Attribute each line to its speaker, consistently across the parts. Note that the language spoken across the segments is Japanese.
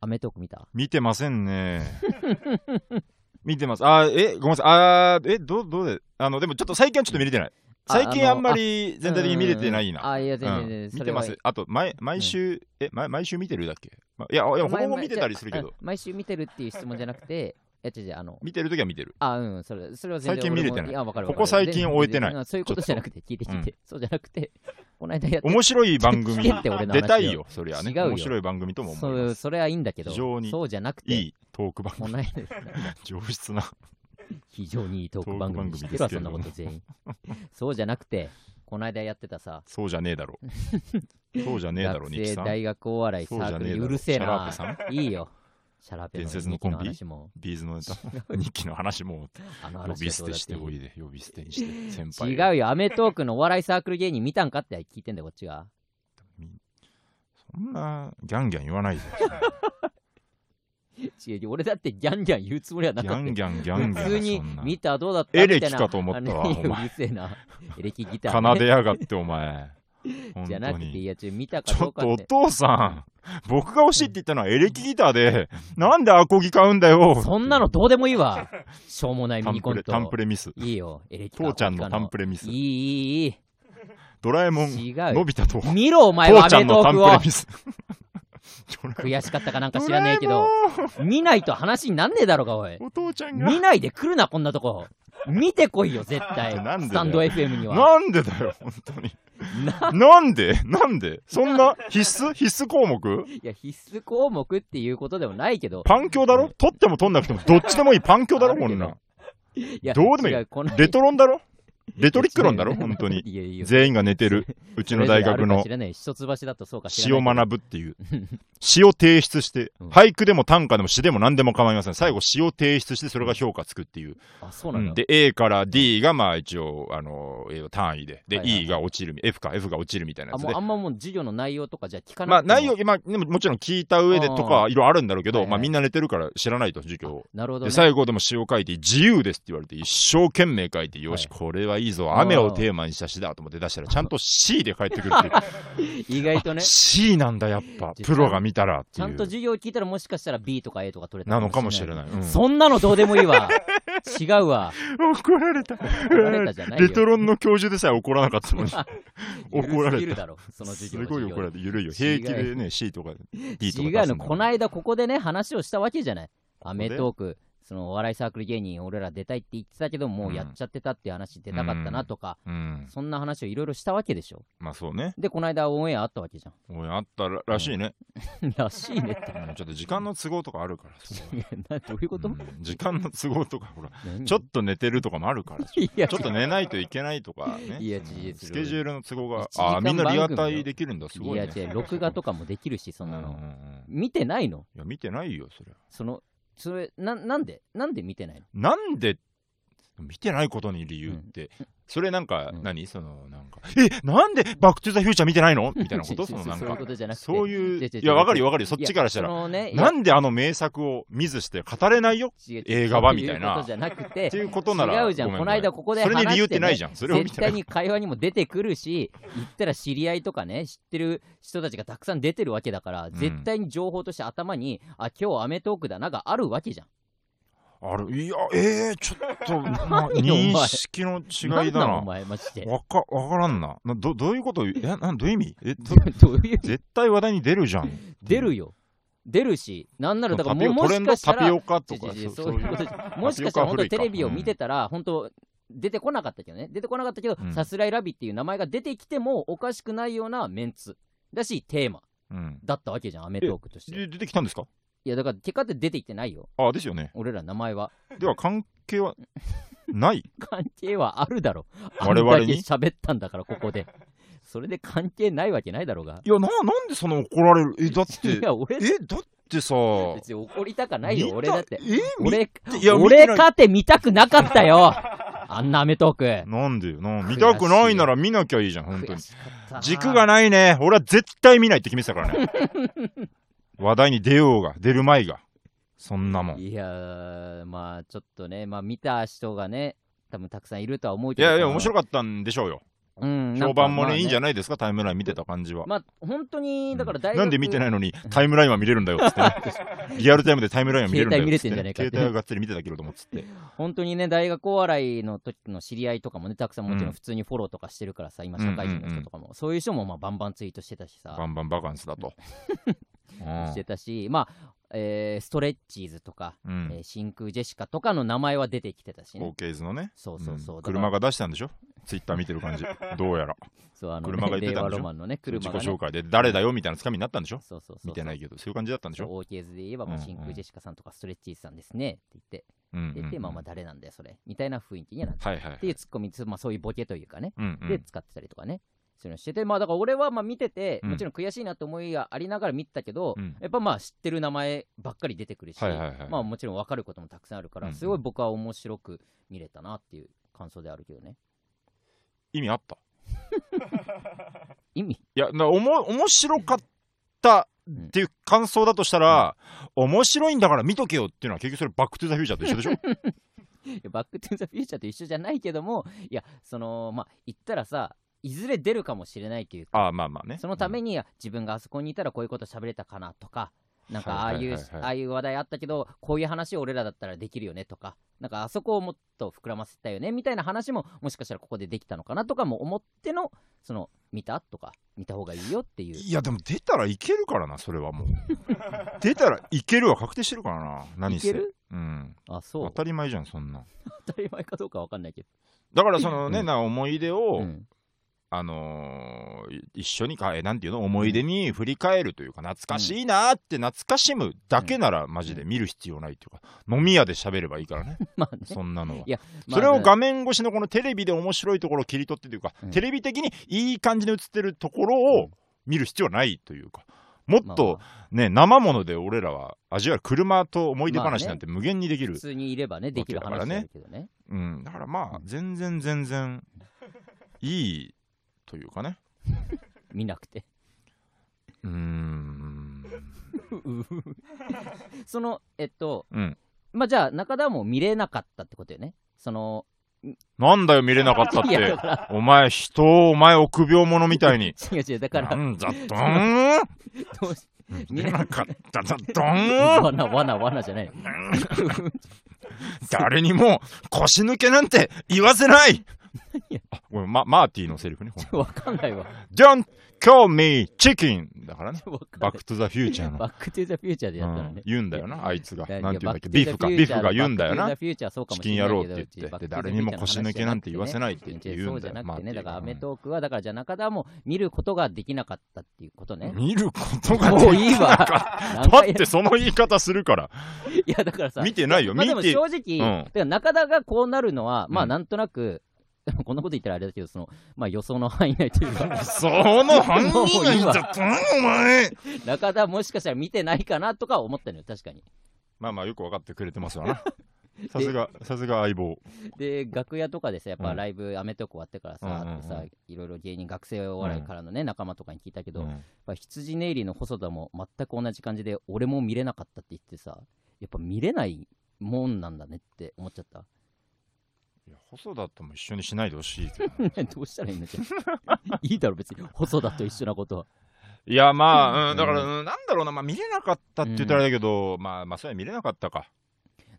Speaker 1: アメトーク見た
Speaker 2: 見てませんね。 見てます。あー、え、ごめんなさい。あー、え、どう、どうで、あの、でもちょっと最近はちょっと見れてない。
Speaker 1: あ
Speaker 2: 最近
Speaker 1: あ
Speaker 2: あ
Speaker 1: の
Speaker 2: んまり全体的に見れてない
Speaker 1: あ
Speaker 2: な。
Speaker 1: あ、いや、全
Speaker 2: う
Speaker 1: 然
Speaker 2: ん
Speaker 1: 全然。そ
Speaker 2: 見
Speaker 1: れ
Speaker 2: て
Speaker 1: は
Speaker 2: ます。あと、毎毎週、え、毎毎週見てるだっけまいや、いやほぼほぼ見てたりするけ
Speaker 1: あ
Speaker 2: ど、
Speaker 1: 毎週見てるっていう質問じゃなくて、 え、違う違う、あの、
Speaker 2: 見てるときは見てる。
Speaker 1: あ、うん、それ、それは全然
Speaker 2: 最近
Speaker 1: 俺も
Speaker 2: 見れてない
Speaker 1: や、わかる
Speaker 2: ここ最近終えてない
Speaker 1: い。そういうことじゃなくて、聞いて聞いて。そうじゃなくて、 この間やって
Speaker 2: 面白い番
Speaker 1: 聞
Speaker 2: 組
Speaker 1: けって俺の話
Speaker 2: 出たいよ、そりゃね。
Speaker 1: 違うよ
Speaker 2: 面白い番組とも思い
Speaker 1: そ
Speaker 2: ま
Speaker 1: う
Speaker 2: す。
Speaker 1: それはいいんだけど、
Speaker 2: 非常に
Speaker 1: そうじゃなくて、
Speaker 2: いいトーク番
Speaker 1: こ
Speaker 2: 組、
Speaker 1: の間ですね、
Speaker 2: 上質な。
Speaker 1: 非常にいいトーク番組にして
Speaker 2: トー
Speaker 1: は
Speaker 2: ク
Speaker 1: そ
Speaker 2: 番
Speaker 1: んなこ
Speaker 2: 組
Speaker 1: と
Speaker 2: です
Speaker 1: 全員。 そうじゃなくて、この間やってたさ、
Speaker 2: そうじゃねえだろ。 そうじゃねえだろ、
Speaker 1: 学
Speaker 2: ニキ
Speaker 1: 生
Speaker 2: さん。
Speaker 1: 大学お笑いサークルに
Speaker 2: そうじゃねえだろ
Speaker 1: うるせえ
Speaker 2: シャラーペ
Speaker 1: な
Speaker 2: さん。
Speaker 1: いいよ。シャラペの
Speaker 2: 伝説のコンビ
Speaker 1: 演劇の話も、
Speaker 2: ビーズのネタ、ニキの話も
Speaker 1: あの
Speaker 2: 呼
Speaker 1: 話
Speaker 2: び
Speaker 1: はど
Speaker 2: 捨
Speaker 1: う
Speaker 2: て
Speaker 1: だっ
Speaker 2: してて
Speaker 1: い
Speaker 2: おいで、呼び捨てにして、先輩
Speaker 1: い。違うよ、アメトークのお笑いサークル芸人見たんかって聞いてんだよ、こっちが。
Speaker 2: そんなギャンギャン言わないで。
Speaker 1: 違う俺だってギャンギャン言うつもりは な
Speaker 2: ギ
Speaker 1: か
Speaker 2: ャ
Speaker 1: った
Speaker 2: ン
Speaker 1: よ。
Speaker 2: ギャンギャンギャン。
Speaker 1: 普通に
Speaker 2: そんな
Speaker 1: 見たどうだったみた
Speaker 2: エ
Speaker 1: いな
Speaker 2: レキかと思ったわ、
Speaker 1: あの
Speaker 2: お
Speaker 1: いやう
Speaker 2: 前。
Speaker 1: るせえな。エレキギターね、
Speaker 2: 奏でやがって、お前。本
Speaker 1: じゃな
Speaker 2: 当
Speaker 1: くて、い
Speaker 2: に。
Speaker 1: や、ちょ見たか
Speaker 2: ち
Speaker 1: ど
Speaker 2: ょっ
Speaker 1: うか
Speaker 2: とお
Speaker 1: って。
Speaker 2: 父さん、僕が欲しいって言ったのはエレキギターで、なんでアコギ買うんだよ。
Speaker 1: そんなのどうでもいい わ。しょうもないミ
Speaker 2: タン
Speaker 1: ニコ
Speaker 2: プ
Speaker 1: ン
Speaker 2: レ、
Speaker 1: ト。
Speaker 2: タンプレミス。
Speaker 1: いいよ、エレキか
Speaker 2: 父ちゃんのタンプレミ
Speaker 1: い
Speaker 2: ス。
Speaker 1: い、いい、いい。
Speaker 2: ドラえもん、
Speaker 1: 違う
Speaker 2: の
Speaker 1: よ。
Speaker 2: び太と、
Speaker 1: 見ろ、お前は
Speaker 2: 父
Speaker 1: ア
Speaker 2: ちゃ
Speaker 1: メ
Speaker 2: ん
Speaker 1: ト
Speaker 2: のタ
Speaker 1: ー
Speaker 2: ンプ
Speaker 1: ク
Speaker 2: レ
Speaker 1: を。
Speaker 2: ミス。ドラえもん
Speaker 1: 悔しかったかなんか知らねえけど、
Speaker 2: ドラえ
Speaker 1: 見ないと話になんねえだろうが、おい
Speaker 2: も。んお父ちゃん が。
Speaker 1: 見ないで来るな、こんなとこ。見てこいよ、絶対。
Speaker 2: なんでだよ
Speaker 1: スタンド FM には。
Speaker 2: なん でだよ、本当に。なんでなんでそんな必須必須項目
Speaker 1: いや、必須項目っていうことでもないけど。
Speaker 2: パン教だろ取っても取んなくても、どっちでもいいパン教だろ
Speaker 1: あるけ
Speaker 2: こ
Speaker 1: ど
Speaker 2: んなん。
Speaker 1: いや
Speaker 2: どうでもいい
Speaker 1: 違この
Speaker 2: レトロンだろレトリックロンだろ本当に。
Speaker 1: いやいや
Speaker 2: 全員が寝てる。うちの大学の
Speaker 1: 知らない一橋だとそうか知
Speaker 2: 詩
Speaker 1: ら
Speaker 2: を
Speaker 1: ない
Speaker 2: 学ぶっ ていう。詩を提出して
Speaker 1: うん、
Speaker 2: 俳句でも短歌でも詩でも何でも構いません。最後詩を提出して、それが評価つくっていう。
Speaker 1: あそうなんだ、
Speaker 2: うんで、A から D がまあ一応、あの、えー単位で。で、
Speaker 1: はいはい
Speaker 2: E が落ちるみ、F か、F が落ちるみたい
Speaker 1: あ
Speaker 2: なやつ
Speaker 1: も
Speaker 2: で
Speaker 1: うあ。んまもう授業の内容とかじゃ聞か
Speaker 2: ま
Speaker 1: な
Speaker 2: あ
Speaker 1: い
Speaker 2: 内容、まあ、でももちろん聞いた上でとか、いろいろあるんだろうけ
Speaker 1: は
Speaker 2: ど、
Speaker 1: いはい
Speaker 2: まあみんな寝てるから知らないと、授業を。
Speaker 1: なるほど、ね、
Speaker 2: で、最後でも詩を書いて、自由ですって言われて、一生懸命書いて、よし、
Speaker 1: は
Speaker 2: これはいいぞ、雨をテーマにした詩だと思って出したら、ちゃんと C で帰ってくるっていう。
Speaker 1: 意外とね
Speaker 2: C なんだ、やっぱ。プロが見たらって
Speaker 1: ちゃ
Speaker 2: い
Speaker 1: んと
Speaker 2: う。
Speaker 1: 授業聞いたらもしかしたら B とか A とか取れた
Speaker 2: なのかもしれない。うん
Speaker 1: そんなのどうでもいい わ違うわ
Speaker 2: 怒られた。
Speaker 1: 怒られたじゃないよ
Speaker 2: レトロンの教授でさえ怒らなかった のに。怒
Speaker 1: ゆ
Speaker 2: ら
Speaker 1: るすぎ
Speaker 2: れ
Speaker 1: る
Speaker 2: た。
Speaker 1: だろその
Speaker 2: す
Speaker 1: 授業
Speaker 2: ごい怒られ
Speaker 1: れ
Speaker 2: た。ゆるいよ。平気
Speaker 1: 違
Speaker 2: でね、C とか D とか出すんだ
Speaker 1: 違うのこの間ここでね話をしたわけじゃないアメトークそのお笑いサークル芸人俺ら出たいって言ってたけどもうやっちゃってたっていう話出たかったなとか、
Speaker 2: うん。
Speaker 1: そんな話をいろいろしたわけでしょ
Speaker 2: まあそうね。
Speaker 1: でこの間オンエアあったわけじゃん
Speaker 2: おいあったららしいね。
Speaker 1: いやらしいねって。
Speaker 2: うんちょっと時間の都合とかあるから。それはい
Speaker 1: やなどういうこと、
Speaker 2: うん時間の都合とか、ほら、
Speaker 1: 何
Speaker 2: ちょっと寝てるとかもあ るから。ち
Speaker 1: いや
Speaker 2: ょっと寝ないといけないとかね。
Speaker 1: いや
Speaker 2: その
Speaker 1: 違う違う
Speaker 2: スケジュールの都合が
Speaker 1: 一。時間
Speaker 2: あー、みんなリア
Speaker 1: 番
Speaker 2: タ
Speaker 1: 組
Speaker 2: イ
Speaker 1: の
Speaker 2: できるんだ。す
Speaker 1: い
Speaker 2: ごい
Speaker 1: や
Speaker 2: ね。
Speaker 1: 違う録画とかもできるしそんな
Speaker 2: うんうん
Speaker 1: の
Speaker 2: うん
Speaker 1: 見てないの
Speaker 2: いや、見てないよ、それ。
Speaker 1: そのそれななんでなんで見てないの
Speaker 2: なんで見てないことに理由って、それなんか、
Speaker 1: うん
Speaker 2: 何そのなんかえなんでバック・トゥ・ザ・フューチャー見てないのみたいなこ と
Speaker 1: 違
Speaker 2: そうの
Speaker 1: 違う
Speaker 2: なん
Speaker 1: そういうこ
Speaker 2: か
Speaker 1: とじゃなくて
Speaker 2: そう
Speaker 1: 違
Speaker 2: いう
Speaker 1: 違
Speaker 2: いやわかるよわか
Speaker 1: い
Speaker 2: るよ
Speaker 1: や
Speaker 2: そっちからしたら
Speaker 1: そのねいや
Speaker 2: なんであの名作を見ずして語れないよ
Speaker 1: 違う違う
Speaker 2: 映画はみたいな
Speaker 1: そういうことじゃなく
Speaker 2: って
Speaker 1: て
Speaker 2: いうことなら
Speaker 1: 違うじゃん
Speaker 2: ごめ
Speaker 1: こ
Speaker 2: ご
Speaker 1: の
Speaker 2: め
Speaker 1: 間ここで
Speaker 2: それに理由
Speaker 1: 話
Speaker 2: っ
Speaker 1: してね
Speaker 2: てないじゃんそれを見
Speaker 1: 絶
Speaker 2: てな
Speaker 1: 対
Speaker 2: い
Speaker 1: に会話にも出てくるし言ったら知り合いとかね知ってる人たちがたくさん出てるわけだから、
Speaker 2: ん
Speaker 1: 絶対に情報として頭にあ今日アメトークだながあるわけじゃん
Speaker 2: あれいやえー、ちょっ とまあ
Speaker 1: お前
Speaker 2: 認識の違いだ
Speaker 1: んの
Speaker 2: な
Speaker 1: お前マジで
Speaker 2: わかわからんななどどういうことえなどういう意味えど
Speaker 1: どういう
Speaker 2: 絶対話題に出るじゃん
Speaker 1: 出るよ出るしなんならだからも
Speaker 2: タピ
Speaker 1: う
Speaker 2: オ
Speaker 1: も
Speaker 2: トレ
Speaker 1: し
Speaker 2: ン
Speaker 1: か
Speaker 2: ド
Speaker 1: した
Speaker 2: タピ
Speaker 1: ら
Speaker 2: オカと
Speaker 1: 違
Speaker 2: か
Speaker 1: う違うそ
Speaker 2: そ
Speaker 1: う
Speaker 2: そう
Speaker 1: いう
Speaker 2: いう
Speaker 1: ことじゃもしかしたら本当テレビを見てたら本当出てこなかったけどね出てこなかったけど
Speaker 2: うん
Speaker 1: さすらいラビっていう名前が出てきてもおかしくないようなメンツだしテーマ
Speaker 2: うん
Speaker 1: だったわけじゃんアメトークとして
Speaker 2: で出てきたんですか
Speaker 1: いやだから結果って出てきてないよ
Speaker 2: あですよね
Speaker 1: 俺ら名前は
Speaker 2: では関係はない
Speaker 1: 関係はあるだろ
Speaker 2: 我々に
Speaker 1: あんだけ喋ったんだからここでそれで関係ないわけないだろうが
Speaker 2: いやななんでその怒られるえだっ
Speaker 1: いや俺
Speaker 2: えだってさ
Speaker 1: 別に怒りたかないよ
Speaker 2: 見た
Speaker 1: 俺だって
Speaker 2: え見
Speaker 1: 俺
Speaker 2: いや見て
Speaker 1: 俺
Speaker 2: ない
Speaker 1: かて見たくなかった よあんなアメトーク
Speaker 2: なんでよな
Speaker 1: 悔し
Speaker 2: 見
Speaker 1: い
Speaker 2: たくないなら見なきゃいいじゃん本当
Speaker 1: 悔
Speaker 2: に
Speaker 1: しかった
Speaker 2: 軸がないね俺は絶対見ないって決めてたから ね話題に出ようが出る前がそんなもんい
Speaker 1: いやーまあちょっとねまあ見た人がね多分たくさんいるとは思うけど
Speaker 2: やいや面白
Speaker 1: か
Speaker 2: かったんでしょうよ
Speaker 1: うん、
Speaker 2: 評判も
Speaker 1: なんかまあ
Speaker 2: ね、いいんじゃないですか、タイムライン見てた感じは。
Speaker 1: まあ、本当に、だから
Speaker 2: う
Speaker 1: 大
Speaker 2: ん
Speaker 1: 学、
Speaker 2: なんで見てないのにタイムラインは見れるんだよっつって ね、リアルタイムでタイムラインは見れるんだよっつっ
Speaker 1: 携帯見
Speaker 2: てね、
Speaker 1: れてんじゃねえかって
Speaker 2: 携帯はがっつり見てたけれどもっつって。
Speaker 1: 本当にね、大学お笑いの時の知り合いとかもね、たくさんもちろ
Speaker 2: うん
Speaker 1: ん普通にフォローとかしてるからさ、今、社会人の人とかも、そういう人もまあバンバンツイートしてたし
Speaker 2: バ
Speaker 1: さ、
Speaker 2: ンバンバカンスだと。うん
Speaker 1: してたし、まあ、えーストレッチーズとか、
Speaker 2: う
Speaker 1: え
Speaker 2: ん
Speaker 1: ー。真空ジェシカとかの名前は出てきてたし
Speaker 2: オ
Speaker 1: ね
Speaker 2: ー。ケーズのね。
Speaker 1: そうそうそう。
Speaker 2: ん
Speaker 1: だから
Speaker 2: 車が出したんでしょツイッター見てる感じ。どうやら。
Speaker 1: そうあの
Speaker 2: 車が言ってたんでし
Speaker 1: 令和
Speaker 2: ょ
Speaker 1: ロマンのね、
Speaker 2: 自己
Speaker 1: 車が、ね。
Speaker 2: 紹介で誰だよみたいなつかみになったんでしょ
Speaker 1: そうそうそうそう。
Speaker 2: 見てないけど、そういう感じだったんでし
Speaker 1: そう
Speaker 2: ょ
Speaker 1: オーケーズで言えば、まあ、
Speaker 2: うんうん
Speaker 1: 真空ジェシカさんとかストレッチーズさんですねって
Speaker 2: うんう
Speaker 1: 言
Speaker 2: ん
Speaker 1: って、出て、まあまあ誰なんだよ、それ。みたいな雰囲気にはなって。
Speaker 2: はいはいは
Speaker 1: ってい
Speaker 2: い。
Speaker 1: うツッコミ、つまあそういうボケというかね、
Speaker 2: うんうん
Speaker 1: で使ってたりとかね、そういうのしてて、まあだから俺はまあ見てて、
Speaker 2: うん
Speaker 1: もちろん悔しいなって思いがありながら見てたけど、
Speaker 2: うん
Speaker 1: やっぱまあ知ってる名前ばっかり出てくるし、
Speaker 2: はいはいはい
Speaker 1: まあもちろん分かることもたくさんあるか
Speaker 2: う
Speaker 1: ら、
Speaker 2: んうん
Speaker 1: すごい僕は面白く見れたなっていう感想であるけどね。
Speaker 2: 意味あった
Speaker 1: 意味
Speaker 2: いや、なおも面白かったっていう感想だとしたら、面白いんだから見とけよっていうのは結局それバックトゥザフューチャーと一緒 でしょ
Speaker 1: いやバック・トゥ・ザ・フューチャーと一緒じゃないけども、いや、その、まあ言ったらさ、いずれ出るかもしれないというか、
Speaker 2: ああ、まあまあね。
Speaker 1: そのた
Speaker 2: に、
Speaker 1: めには自分があそこにいたらこういうこと喋れたかなとか、なんかあ
Speaker 2: は
Speaker 1: あ、
Speaker 2: いはいいうはいはい
Speaker 1: ああいう話題あったけど、こういう話を俺らだったらできるよねとか、なんかあそこをもっと膨らませたよねみたいな話も、もしかしたらここでできたのかなとかも思っての、その、見たとか、見た方がいいよっていう。
Speaker 2: いや、でも出たらいけるからな、それはも う。出たらいけるは確定してるからな、何
Speaker 1: い
Speaker 2: せ。
Speaker 1: ける
Speaker 2: うん。
Speaker 1: あ、そ
Speaker 2: 当
Speaker 1: う。
Speaker 2: たり前じゃん、そんな。
Speaker 1: 当たり前かどうかわかんないけど。
Speaker 2: だからそのね、
Speaker 1: うん
Speaker 2: な思い出を、
Speaker 1: うん
Speaker 2: あのーい一緒にかえなんていうの思い出に振り返るというか懐かしいなーって懐かしむだけならマジで見る必要ないというか飲み屋で喋ればいいからね
Speaker 1: まあね。。
Speaker 2: そんなのはい
Speaker 1: や、まあ
Speaker 2: それを画面越しのこのテレビで面白いところを切り取ってというか、
Speaker 1: うん
Speaker 2: テレビ的にいい感じに映ってるところを見る必要はないというかもっ
Speaker 1: ま
Speaker 2: と
Speaker 1: あ
Speaker 2: ね生もので俺らは味わう車と思い出話なんて無限にできる、
Speaker 1: 普通にいればね、できる話だけどね。
Speaker 2: うん、だからまあ全然全然いいというかね
Speaker 1: 見なくて。
Speaker 2: うーん
Speaker 1: その、えっと、
Speaker 2: うん
Speaker 1: まあじゃあ、中田も見れなかったってことよね。その、
Speaker 2: なんだよ見れなかったっ
Speaker 1: いや、
Speaker 2: て
Speaker 1: だから、
Speaker 2: お前人をお前臆病者みたいに
Speaker 1: 違う違う、だから
Speaker 2: な、んだどーん
Speaker 1: どうし
Speaker 2: 見れなかっただどー ん
Speaker 1: わな、わな、わなじゃない。
Speaker 2: 誰にも腰抜けなんて言わせないあごめん、ま、マーティーのセリフね。
Speaker 1: わかんないわ。
Speaker 2: Don't call me chicken! だからね。
Speaker 1: わか
Speaker 2: バ
Speaker 1: ん
Speaker 2: ックトゥザフューチャーの。
Speaker 1: バックトゥザフューチャーでやったの
Speaker 2: うん
Speaker 1: ね。
Speaker 2: 言うんだよな、あいつが。
Speaker 1: や
Speaker 2: なんて言うんだっけ、
Speaker 1: い
Speaker 2: ビ
Speaker 1: や
Speaker 2: ーフか、ビーフが言うんだよな
Speaker 1: バッ。クトゥザフューチャーそうか
Speaker 2: チ
Speaker 1: も
Speaker 2: キ
Speaker 1: し
Speaker 2: ン
Speaker 1: れな
Speaker 2: 野
Speaker 1: いけ
Speaker 2: 郎っ
Speaker 1: ど
Speaker 2: て言
Speaker 1: うち
Speaker 2: っ
Speaker 1: バ
Speaker 2: て、
Speaker 1: ッ
Speaker 2: で
Speaker 1: ク
Speaker 2: 誰にも
Speaker 1: トゥ
Speaker 2: 腰
Speaker 1: ザフュ
Speaker 2: 抜
Speaker 1: ーチャ
Speaker 2: け
Speaker 1: ー
Speaker 2: なんて言わせ
Speaker 1: い。
Speaker 2: ないって言って言うん
Speaker 1: そうじゃ
Speaker 2: だよ
Speaker 1: な
Speaker 2: マー
Speaker 1: く
Speaker 2: テ
Speaker 1: てね、
Speaker 2: ィ
Speaker 1: だ
Speaker 2: ー
Speaker 1: から
Speaker 2: が
Speaker 1: アメトークは、だからじゃあ中田も見ることができなかったっていうことね。
Speaker 2: 見ることが
Speaker 1: もういいわ。何
Speaker 2: だっ
Speaker 1: 回や
Speaker 2: てその言い方するから
Speaker 1: いや、だからさ、
Speaker 2: 見てないよ
Speaker 1: まあ
Speaker 2: 見
Speaker 1: でも
Speaker 2: て
Speaker 1: 正直、
Speaker 2: うん
Speaker 1: だから中田がこうなるのは、ま
Speaker 2: う
Speaker 1: あ
Speaker 2: ん
Speaker 1: なんとなく、 こんなこと言ったらあれだけど、その、まあ予想の範囲内という か、
Speaker 2: その犯人がいいんだったのお前
Speaker 1: 中田もしかしたら見てないかなとか思ったのよ、確かに。
Speaker 2: まあまあよく分かってくれてます わなさすがさすが相棒
Speaker 1: で、楽屋とかでさ、やっ
Speaker 2: う
Speaker 1: ぱ
Speaker 2: ん
Speaker 1: ライブ、アメトーク終わってからさ、
Speaker 2: うんうんうん
Speaker 1: ってさ、いろいろ芸人、学生お笑いからのね、仲間とかに聞いたけど、
Speaker 2: う
Speaker 1: やっ
Speaker 2: ん
Speaker 1: ぱ羊ネイリーの細田も全く同じ感じで、俺も見れなかったって言ってさ、やっぱ見れないもんなんだねって思っちゃった。
Speaker 2: いや細田とも一緒にしないでほしい けど
Speaker 1: どうしたらいいのじゃあ いいだろ、別に。細田と一緒なことは。
Speaker 2: いやまあ、うん、
Speaker 1: うん
Speaker 2: だから、うんなんだろうな、まあ、見れなかったって言ったらあれだけど、まあまあそれは見れなかったか、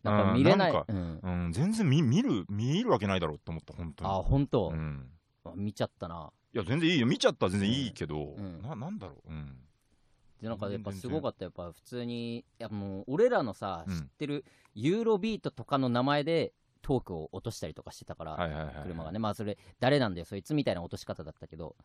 Speaker 1: なんか見れない。
Speaker 2: うんなん
Speaker 1: うん
Speaker 2: うん、全然見見る見るわけないだろうと思った本当に
Speaker 1: あ、本当
Speaker 2: う、ん、
Speaker 1: あ見ちゃったな。
Speaker 2: いや全然いいよ見ちゃったら全然いいけど、
Speaker 1: うん
Speaker 2: ななんだろう、うん、
Speaker 1: で、なんかやっぱ
Speaker 2: 全然
Speaker 1: すごかった。やっぱ普通に、いやもう俺らのさ、
Speaker 2: うん
Speaker 1: 知ってるユーロビートとかの名前でトークを落としたりとかしてたから、
Speaker 2: はいはいはい
Speaker 1: 車がね。まあそれ、誰なんだよ、そいつみたいな落とし方だったけど。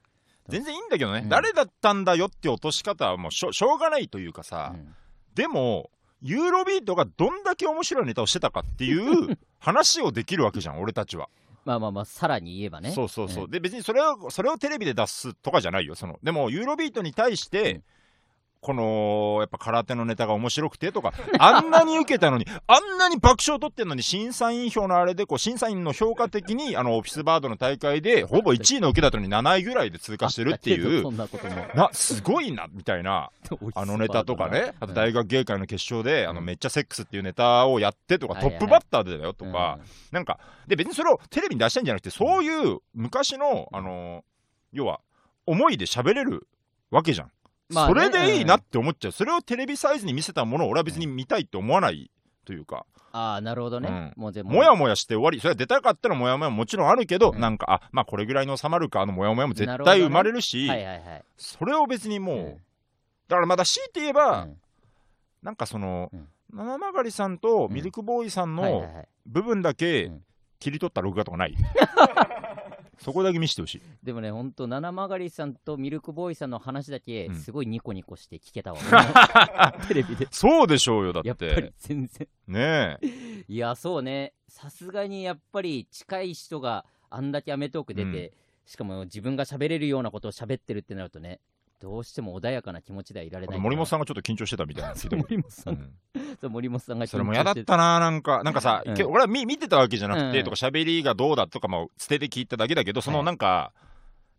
Speaker 2: 全然いいんだけどね、
Speaker 1: うん
Speaker 2: 誰だったんだよって落とし方はもうしょしょうがないというかさ、
Speaker 1: うん
Speaker 2: でもユーロビートがどんだけ面白いネタをしてたかっていう 話をできるわけじゃん俺たちは、
Speaker 1: まあまあまあ、さらに言えばね。
Speaker 2: そうそうそう、
Speaker 1: ん
Speaker 2: で別にそれをそれをテレビで出すとかじゃないよそのでもユーロビートに対して、
Speaker 1: うん
Speaker 2: このやっぱ空手のネタが面白くてとかあんなに受けたの にあんなに爆笑取ってんのに審査員票のあれでこう審査員の評価的にあのオフィスバードの大会でほぼ1位の受けたのに7位ぐらいで通過してるって
Speaker 1: あだけど
Speaker 2: いう
Speaker 1: そんなことも
Speaker 2: なすごいなみたいな あのネタと かね、あと大
Speaker 1: 学
Speaker 2: 学芸会の決勝で、あの
Speaker 1: うん
Speaker 2: めっちゃセックスっていうネタをやってとか、
Speaker 1: はい
Speaker 2: ト
Speaker 1: はいは
Speaker 2: ッ
Speaker 1: い
Speaker 2: プバッターでだよとか、なんか、で、別にそれをテレビに出したいんじゃなくて、そういう昔の、あのー要は、思いで喋れるわけじゃん。
Speaker 1: まあ
Speaker 2: そ
Speaker 1: ね
Speaker 2: れでいいなって思っちゃう。それをテレビサイズに見せたものを俺は別に見たいって思わないというか、
Speaker 1: ああなるほどね、もうで
Speaker 2: もやもやして終わり、それは出たかったらもやもやももちろんあるけど、
Speaker 1: うん
Speaker 2: なんか、あ、まあこれぐらいの収まるか、あのもやもやも絶
Speaker 1: なるほど
Speaker 2: 対
Speaker 1: ね
Speaker 2: 生まれるし、
Speaker 1: はいはいはい
Speaker 2: それを別にもう、
Speaker 1: うん
Speaker 2: だからまだ強いて言えば、
Speaker 1: うん
Speaker 2: なんかその、
Speaker 1: うん
Speaker 2: 七曲さんとミルクボーイさん
Speaker 1: はいはい
Speaker 2: の
Speaker 1: はい
Speaker 2: 部分だけ
Speaker 1: うん
Speaker 2: 切り取った録画と かない、そこだけ見せてほしい。
Speaker 1: でもね、ほんと、七曲りさんとミルクボーイさんの話だけ
Speaker 2: う、ん
Speaker 1: すごいニコニコして聞けた わ。テレビで。
Speaker 2: そうでしょうよ、だ
Speaker 1: やっ
Speaker 2: っ
Speaker 1: ぱり
Speaker 2: て。
Speaker 1: 全然。
Speaker 2: ねえ。
Speaker 1: いや、そうね。さすがにやっぱり近い人があんだけアメトーク出て、しかも自分が喋れるようなことを喋ってるってなるとね、どうしても穏やかな気持ちではいられ
Speaker 2: あ
Speaker 1: な
Speaker 2: と
Speaker 1: い。
Speaker 2: 森本
Speaker 1: ん。
Speaker 2: さんがちょっと緊張してたみたいなの聞いたこと
Speaker 1: 森本さ。
Speaker 2: うんん
Speaker 1: そう森本さんが緊張して
Speaker 2: それも嫌だったな、なんか、なんかさ、
Speaker 1: うん
Speaker 2: け俺は見見てたわけじゃなくて、
Speaker 1: うん
Speaker 2: とか、喋りがどうだとか、まあ、捨てて聞いただけだけど、その
Speaker 1: はい
Speaker 2: なんか、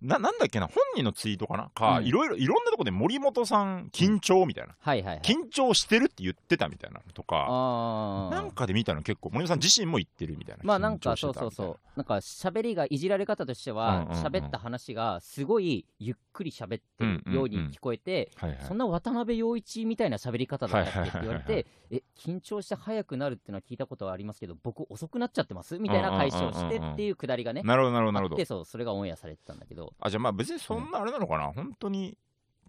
Speaker 2: ななんだっけな、本人のツイートかな、か、
Speaker 1: うん
Speaker 2: いろいろ、いろんなとこで森本さん、緊張みたいな、
Speaker 1: はいはいはい。
Speaker 2: 緊張してるって言ってたみたいなのとか、
Speaker 1: あー
Speaker 2: なんかで見たの結構森本さん自身も言ってるみたいな。
Speaker 1: まあなんかそ
Speaker 2: 緊張し
Speaker 1: う
Speaker 2: てた
Speaker 1: そ
Speaker 2: み
Speaker 1: う
Speaker 2: たいな
Speaker 1: そうなんか喋りがいじられ方としては
Speaker 2: うんうんうん
Speaker 1: 喋った話がすごいゆっくり喋ってるように聞こえて
Speaker 2: はいはい。
Speaker 1: そんな渡辺陽一みたいな喋り方だったっけって言われ
Speaker 2: はいはいはい
Speaker 1: てえ緊張して早くなるっていうのは聞いたことはありますけど僕遅くなっちゃってますみたいな解消してっていうくだりがね
Speaker 2: なるほどなるほどなるほ
Speaker 1: あって
Speaker 2: ど。
Speaker 1: そうそれがオンエアされてたんだけど
Speaker 2: あじゃあまあ別にそんなあれなのかな、本当に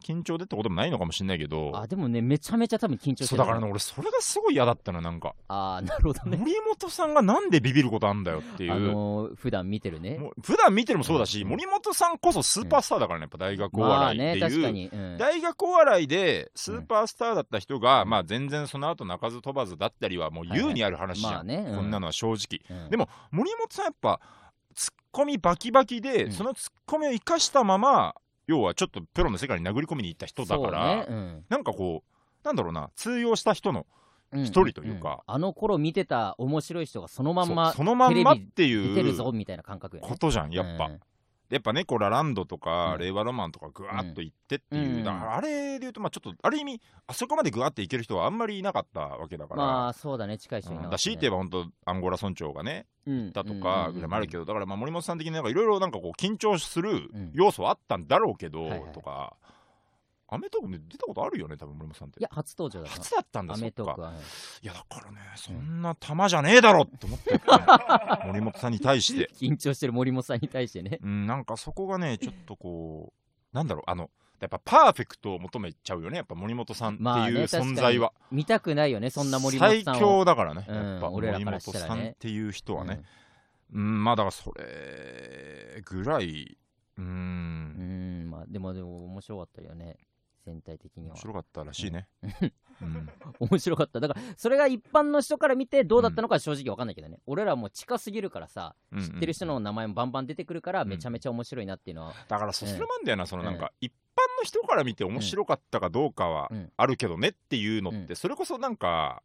Speaker 2: 緊張でってこともないのかもしれないけど。
Speaker 1: あでもねめちゃめちゃ多分緊張して
Speaker 2: そ
Speaker 1: る
Speaker 2: うだからね俺それがすごい嫌だったのなんか
Speaker 1: ああなるほど ね
Speaker 2: 森本さんがなんでビビることあんだよっていう。
Speaker 1: あのー普段見てるね
Speaker 2: もう普段見てるもそうだし、
Speaker 1: うん
Speaker 2: 森本さんこそスーパースターだからね、やっぱ大学お
Speaker 1: まあ
Speaker 2: 笑いっ
Speaker 1: ね
Speaker 2: て
Speaker 1: 確
Speaker 2: い
Speaker 1: か
Speaker 2: う、
Speaker 1: にうん
Speaker 2: 大学お笑いでスーパースターだった人が、
Speaker 1: うん
Speaker 2: まあ全然その後鳴かず飛ばずだったりはもう優にある話じゃん、
Speaker 1: まあね
Speaker 2: こんな
Speaker 1: の
Speaker 2: のは正直で
Speaker 1: で
Speaker 2: も森本さんやっぱツッコミバキバキで、
Speaker 1: うん
Speaker 2: そのツッコミを生かしたまま要はちょっとプロの世界に殴り込みに行った人だから、なんかこうなんだろうな通用した人の
Speaker 1: 一
Speaker 2: 人というか
Speaker 1: あの頃見てた面白い人がそのまんま
Speaker 2: そそのまんまって
Speaker 1: 出て
Speaker 2: い
Speaker 1: るぞ
Speaker 2: う
Speaker 1: みたいな感覚よね
Speaker 2: ことじゃんやっぱ、
Speaker 1: うん
Speaker 2: やっぱねこうラランドとか、
Speaker 1: うん
Speaker 2: 令和ロマンとかぐわっと行ってっていう、
Speaker 1: うん
Speaker 2: だからあれで言うとまあちょっとある意味あそこまでぐわって行ける人はあんまりいなかったわけだから。
Speaker 1: まあそうだね近い人
Speaker 2: うん
Speaker 1: に
Speaker 2: だから強いて言えば本当アンゴラ村長がね
Speaker 1: 言
Speaker 2: だとかぐらいもあるけど、だからまあ森本さん的になんかいろいろなんかこう緊張する
Speaker 1: うん
Speaker 2: 要素はあったんだろうけど、
Speaker 1: はいはい
Speaker 2: とか、アメトークで出たことあるよね、多分森本さんって。
Speaker 1: いや初登場だった
Speaker 2: 初だったんだ
Speaker 1: ア
Speaker 2: そっ
Speaker 1: メトー
Speaker 2: か
Speaker 1: クはうん
Speaker 2: いやだからねそんな玉じゃねえだろって思って、 ね、森本さんに対して、
Speaker 1: 緊張してる森本さんに対してね
Speaker 2: うん、なんかそこがねちょっとこうなんだろうあのやっぱパーフェクトを求めちゃうよねやっぱ森本さんって
Speaker 1: まあ
Speaker 2: いう
Speaker 1: ね
Speaker 2: 存在は、
Speaker 1: 見たくないよねそんな森本
Speaker 2: 最
Speaker 1: さんを
Speaker 2: 強だからね、
Speaker 1: うん
Speaker 2: やっぱ
Speaker 1: 俺ら
Speaker 2: 森
Speaker 1: から
Speaker 2: 本
Speaker 1: したらね
Speaker 2: さんっていう人はね、うん、まあだからそれぐらい、う、
Speaker 1: うんうんんまあでもでも面白かったよね全体的に
Speaker 2: 面
Speaker 1: は
Speaker 2: 白かったらしいね。うん
Speaker 1: 面白かっただからそれが一般の人から見てどうだったのかは正直わかんないけどね俺らもう近すぎるからさ
Speaker 2: うん
Speaker 1: 知ってる人の名前もバンバン出てくるから
Speaker 2: うん
Speaker 1: めちゃめちゃ面白いなっていうのは
Speaker 2: だからそう
Speaker 1: うん
Speaker 2: それなんだよな、そのなんか、一般の人から見て面白かったかどうかは
Speaker 1: うん
Speaker 2: あるけどねっていうのって、
Speaker 1: う
Speaker 2: それこそなんか、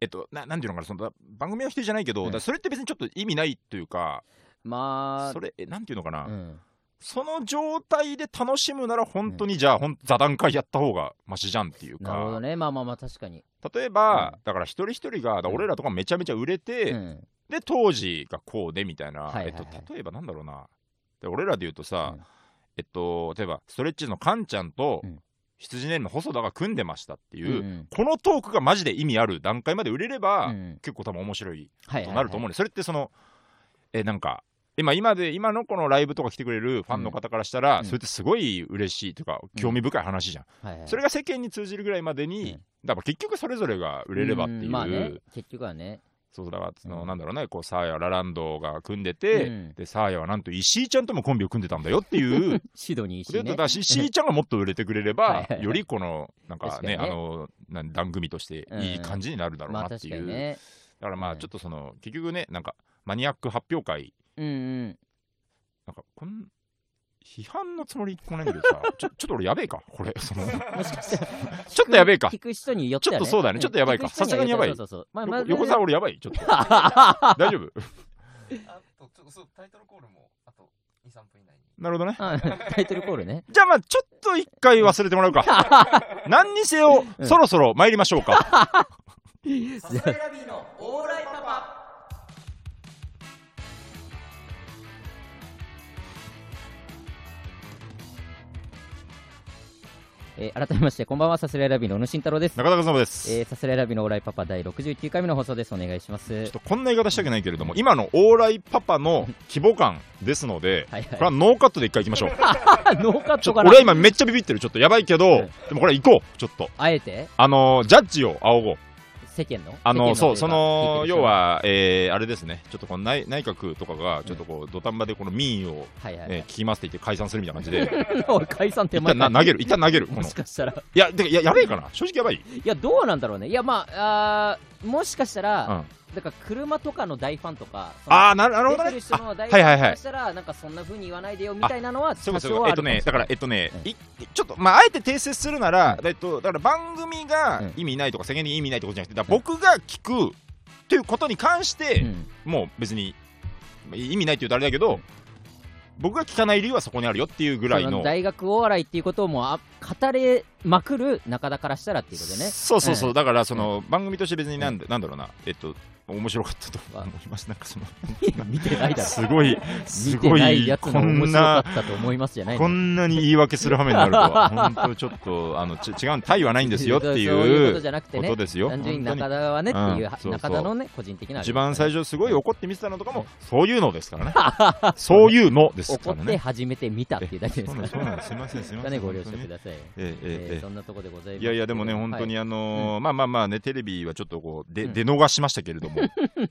Speaker 2: えっと、ななんていうのかな、そのだ番組は否定じゃないけど、
Speaker 1: うん
Speaker 2: だからそれって別にちょっと意味ないというか、
Speaker 1: まあ
Speaker 2: それ、えなんていうのかな、
Speaker 1: うん
Speaker 2: その状態で楽しむなら、本当にじゃあ、ほん座談会やった方がマシじゃんっていう
Speaker 1: なるほど
Speaker 2: か、
Speaker 1: ねまあまあまあ確かに
Speaker 2: 例えば、
Speaker 1: うん
Speaker 2: だから一人一人が、だから俺らとかめちゃめちゃ売れて、
Speaker 1: うん
Speaker 2: で当時がこうでみたいな、
Speaker 1: はいはいはい
Speaker 2: えっと、例えばなんだろうなで俺らで言うとさ、
Speaker 1: うん
Speaker 2: えっと例えばストレッチーズのカンちゃんと、
Speaker 1: うん
Speaker 2: 羊ネイルの細田が組んでましたっていう、
Speaker 1: うんうん
Speaker 2: このトークがマジで意味ある段階まで売れれば、
Speaker 1: うん
Speaker 2: 結構多分面白い
Speaker 1: はいはい
Speaker 2: と
Speaker 1: はい
Speaker 2: なると思うね、それってそのえなんか今今で今のこのライブとか来てくれるファンの方からしたら、
Speaker 1: うん
Speaker 2: それってすごい嬉しいというか興味深い話じゃん、
Speaker 1: はいはい
Speaker 2: それが世間に通じるぐらいまで
Speaker 1: う
Speaker 2: に、
Speaker 1: ん
Speaker 2: だから結局それぞれが売れればっていう、
Speaker 1: んまあね結局はね
Speaker 2: そうだからその、
Speaker 1: うん
Speaker 2: なんだろうねこうサーヤラランドが組んでて、
Speaker 1: うん
Speaker 2: でサーヤはなんと石井ちゃんともコンビを組んでたんだよって いう
Speaker 1: シドニー
Speaker 2: そ
Speaker 1: し
Speaker 2: れ
Speaker 1: ね
Speaker 2: だから石井ちゃんがもっと売れてくれれば
Speaker 1: はいはいはい
Speaker 2: よりこのなんか
Speaker 1: 確か
Speaker 2: ね
Speaker 1: にね
Speaker 2: あのなん番組としていい感じになるだろう
Speaker 1: まあ
Speaker 2: なっ
Speaker 1: 確
Speaker 2: て
Speaker 1: か
Speaker 2: いう、
Speaker 1: にね
Speaker 2: だからまあ
Speaker 1: うん
Speaker 2: ちょっとその、結局ねなんかマニアック発表会
Speaker 1: うんうん
Speaker 2: なんかこん批判のつもりこねんだけ どさ、ちょちょっと俺やべえか、これ、その、
Speaker 1: もしかしたら
Speaker 2: ちょっと やべえか
Speaker 1: 聞く人によっては、ね、
Speaker 2: ちょっとそうだねちょっとやばい
Speaker 1: 聞
Speaker 2: か
Speaker 1: く人に
Speaker 2: さすがにやばい
Speaker 1: よってはそうそうそうまあまあ
Speaker 2: 横 横澤俺やばい、ちょっと。大丈夫
Speaker 3: あとちょっとそうタイトルコールもあと23分以内に
Speaker 2: なるほどね。
Speaker 1: うんタイトルコールね
Speaker 2: じゃあまあ、ちょっと一回忘れてもらうか。 何にせよ、
Speaker 1: うん
Speaker 2: そろそろ参りましょうか。
Speaker 3: サスラビーのオーライパパ
Speaker 1: えー改めましてこんばんはさすらいラビーの小野慎太郎です
Speaker 2: 中田和伸です。
Speaker 1: えーさすらいラビーのオーライパパ第69回目の放送ですお願いします
Speaker 2: ちょっとこんな言い方したくないけれども、今の往来パパの規模感ですので、
Speaker 1: はい
Speaker 2: これ
Speaker 1: は
Speaker 2: はいノーカットで一回い きましょう。
Speaker 1: あノーカッ
Speaker 2: ち
Speaker 1: ト
Speaker 2: ょっと
Speaker 1: から
Speaker 2: 俺は今めっちゃビビってる、ちょっとやばいけど、
Speaker 1: はい
Speaker 2: でもこれ行こう、ちょっと。
Speaker 1: あえて
Speaker 2: あのージャッジを仰ごう。
Speaker 1: 世間の
Speaker 2: あ
Speaker 1: 世
Speaker 2: のー
Speaker 1: 間
Speaker 2: そう、その、
Speaker 1: というか
Speaker 2: 要は、えーあれですね、ちょっとこの内内閣とかが、ちょっとこう、土壇場でこの民意を、
Speaker 1: はいはい、
Speaker 2: えー聞きますって言って解散するみたいな感じで、
Speaker 1: おい解 散手
Speaker 2: 一
Speaker 1: 前
Speaker 2: 旦な投げる、一旦投げる。こ
Speaker 1: も
Speaker 2: の
Speaker 1: しかしたら
Speaker 2: いや、でややべえかな正直やばい。
Speaker 1: いやどうなんだろうねいやまああーもしかした
Speaker 2: うん、
Speaker 1: ら、
Speaker 2: あ
Speaker 1: だから車とかの大ファンとかその
Speaker 2: あー、なるなるほ
Speaker 1: 出
Speaker 2: ど
Speaker 1: て
Speaker 2: ね
Speaker 1: る。人
Speaker 2: あ
Speaker 1: の大
Speaker 2: はいはい
Speaker 1: 学
Speaker 2: はい
Speaker 1: からしたら、なんかそんな風に言わないでよみたいなのは
Speaker 2: そう
Speaker 1: 多
Speaker 2: かそう
Speaker 1: 少
Speaker 2: か
Speaker 1: は
Speaker 2: え
Speaker 1: あ
Speaker 2: っと
Speaker 1: るもしれない
Speaker 2: ね、だから、えっとね、
Speaker 1: うん
Speaker 2: いちょっと、まあ、あえて訂正するなら、
Speaker 1: うん
Speaker 2: えっと、だから番組が
Speaker 1: うん
Speaker 2: 意味ないとか、世間に意味ないってことじゃなくて、だから僕が聞くっていうことに関して、
Speaker 1: うん
Speaker 2: もう別にまあ意味ないって言うとあれだけど、僕が聞かない理由はそこにあるよっていうぐらい
Speaker 1: その
Speaker 2: の。
Speaker 1: 大学お笑いっていうことをもうあ語れまくる中田からしたらっていうことでね
Speaker 2: そうそうそう、
Speaker 1: う
Speaker 2: だからその、番組として別になん,、なんだろうな、えっと、面白かったと
Speaker 1: わ
Speaker 2: 思います、なんかその、
Speaker 1: 見てないだろ
Speaker 2: すごい、す
Speaker 1: 見て
Speaker 2: ご
Speaker 1: ないや
Speaker 2: い、
Speaker 1: つの
Speaker 2: こ
Speaker 1: 面
Speaker 2: ん
Speaker 1: 白か
Speaker 2: な
Speaker 1: っ。たと思いますじゃない
Speaker 2: こ
Speaker 1: の
Speaker 2: んなに言い訳する羽目になるとは、本当ちょっと、あのち違う、タイはないんですよってい
Speaker 1: そういうこ
Speaker 2: う
Speaker 1: とじゃなくて
Speaker 2: こ
Speaker 1: ね
Speaker 2: とですよ。
Speaker 1: 単純に
Speaker 2: 本
Speaker 1: 中
Speaker 2: 当に
Speaker 1: 田はねっていう、
Speaker 2: うんそうそう
Speaker 1: 中田のね個人的なあれ
Speaker 2: 一番最初、すごい怒って見てたのとかも、そういうのですから ね。
Speaker 1: そ
Speaker 2: そうういうのです
Speaker 1: 怒
Speaker 2: か
Speaker 1: っ
Speaker 2: ら
Speaker 1: て
Speaker 2: ね。
Speaker 1: 初めて見たっていうだけです
Speaker 2: そう
Speaker 1: か
Speaker 2: なん
Speaker 1: ら
Speaker 2: です、そうなんです、すみません、すみませ
Speaker 1: ね
Speaker 2: ん。
Speaker 1: ご了承
Speaker 2: 本
Speaker 1: く
Speaker 2: 当にね
Speaker 1: ださい、
Speaker 2: えええ
Speaker 1: え
Speaker 2: え
Speaker 1: ー
Speaker 2: え
Speaker 1: そんなとこでございま
Speaker 2: え
Speaker 1: す
Speaker 2: いやいや、でもね、本当に、
Speaker 1: は
Speaker 2: あのーまあまあまあね、テレビはちょっとこう、で
Speaker 1: うん
Speaker 2: 出逃しましたけれど も、
Speaker 1: い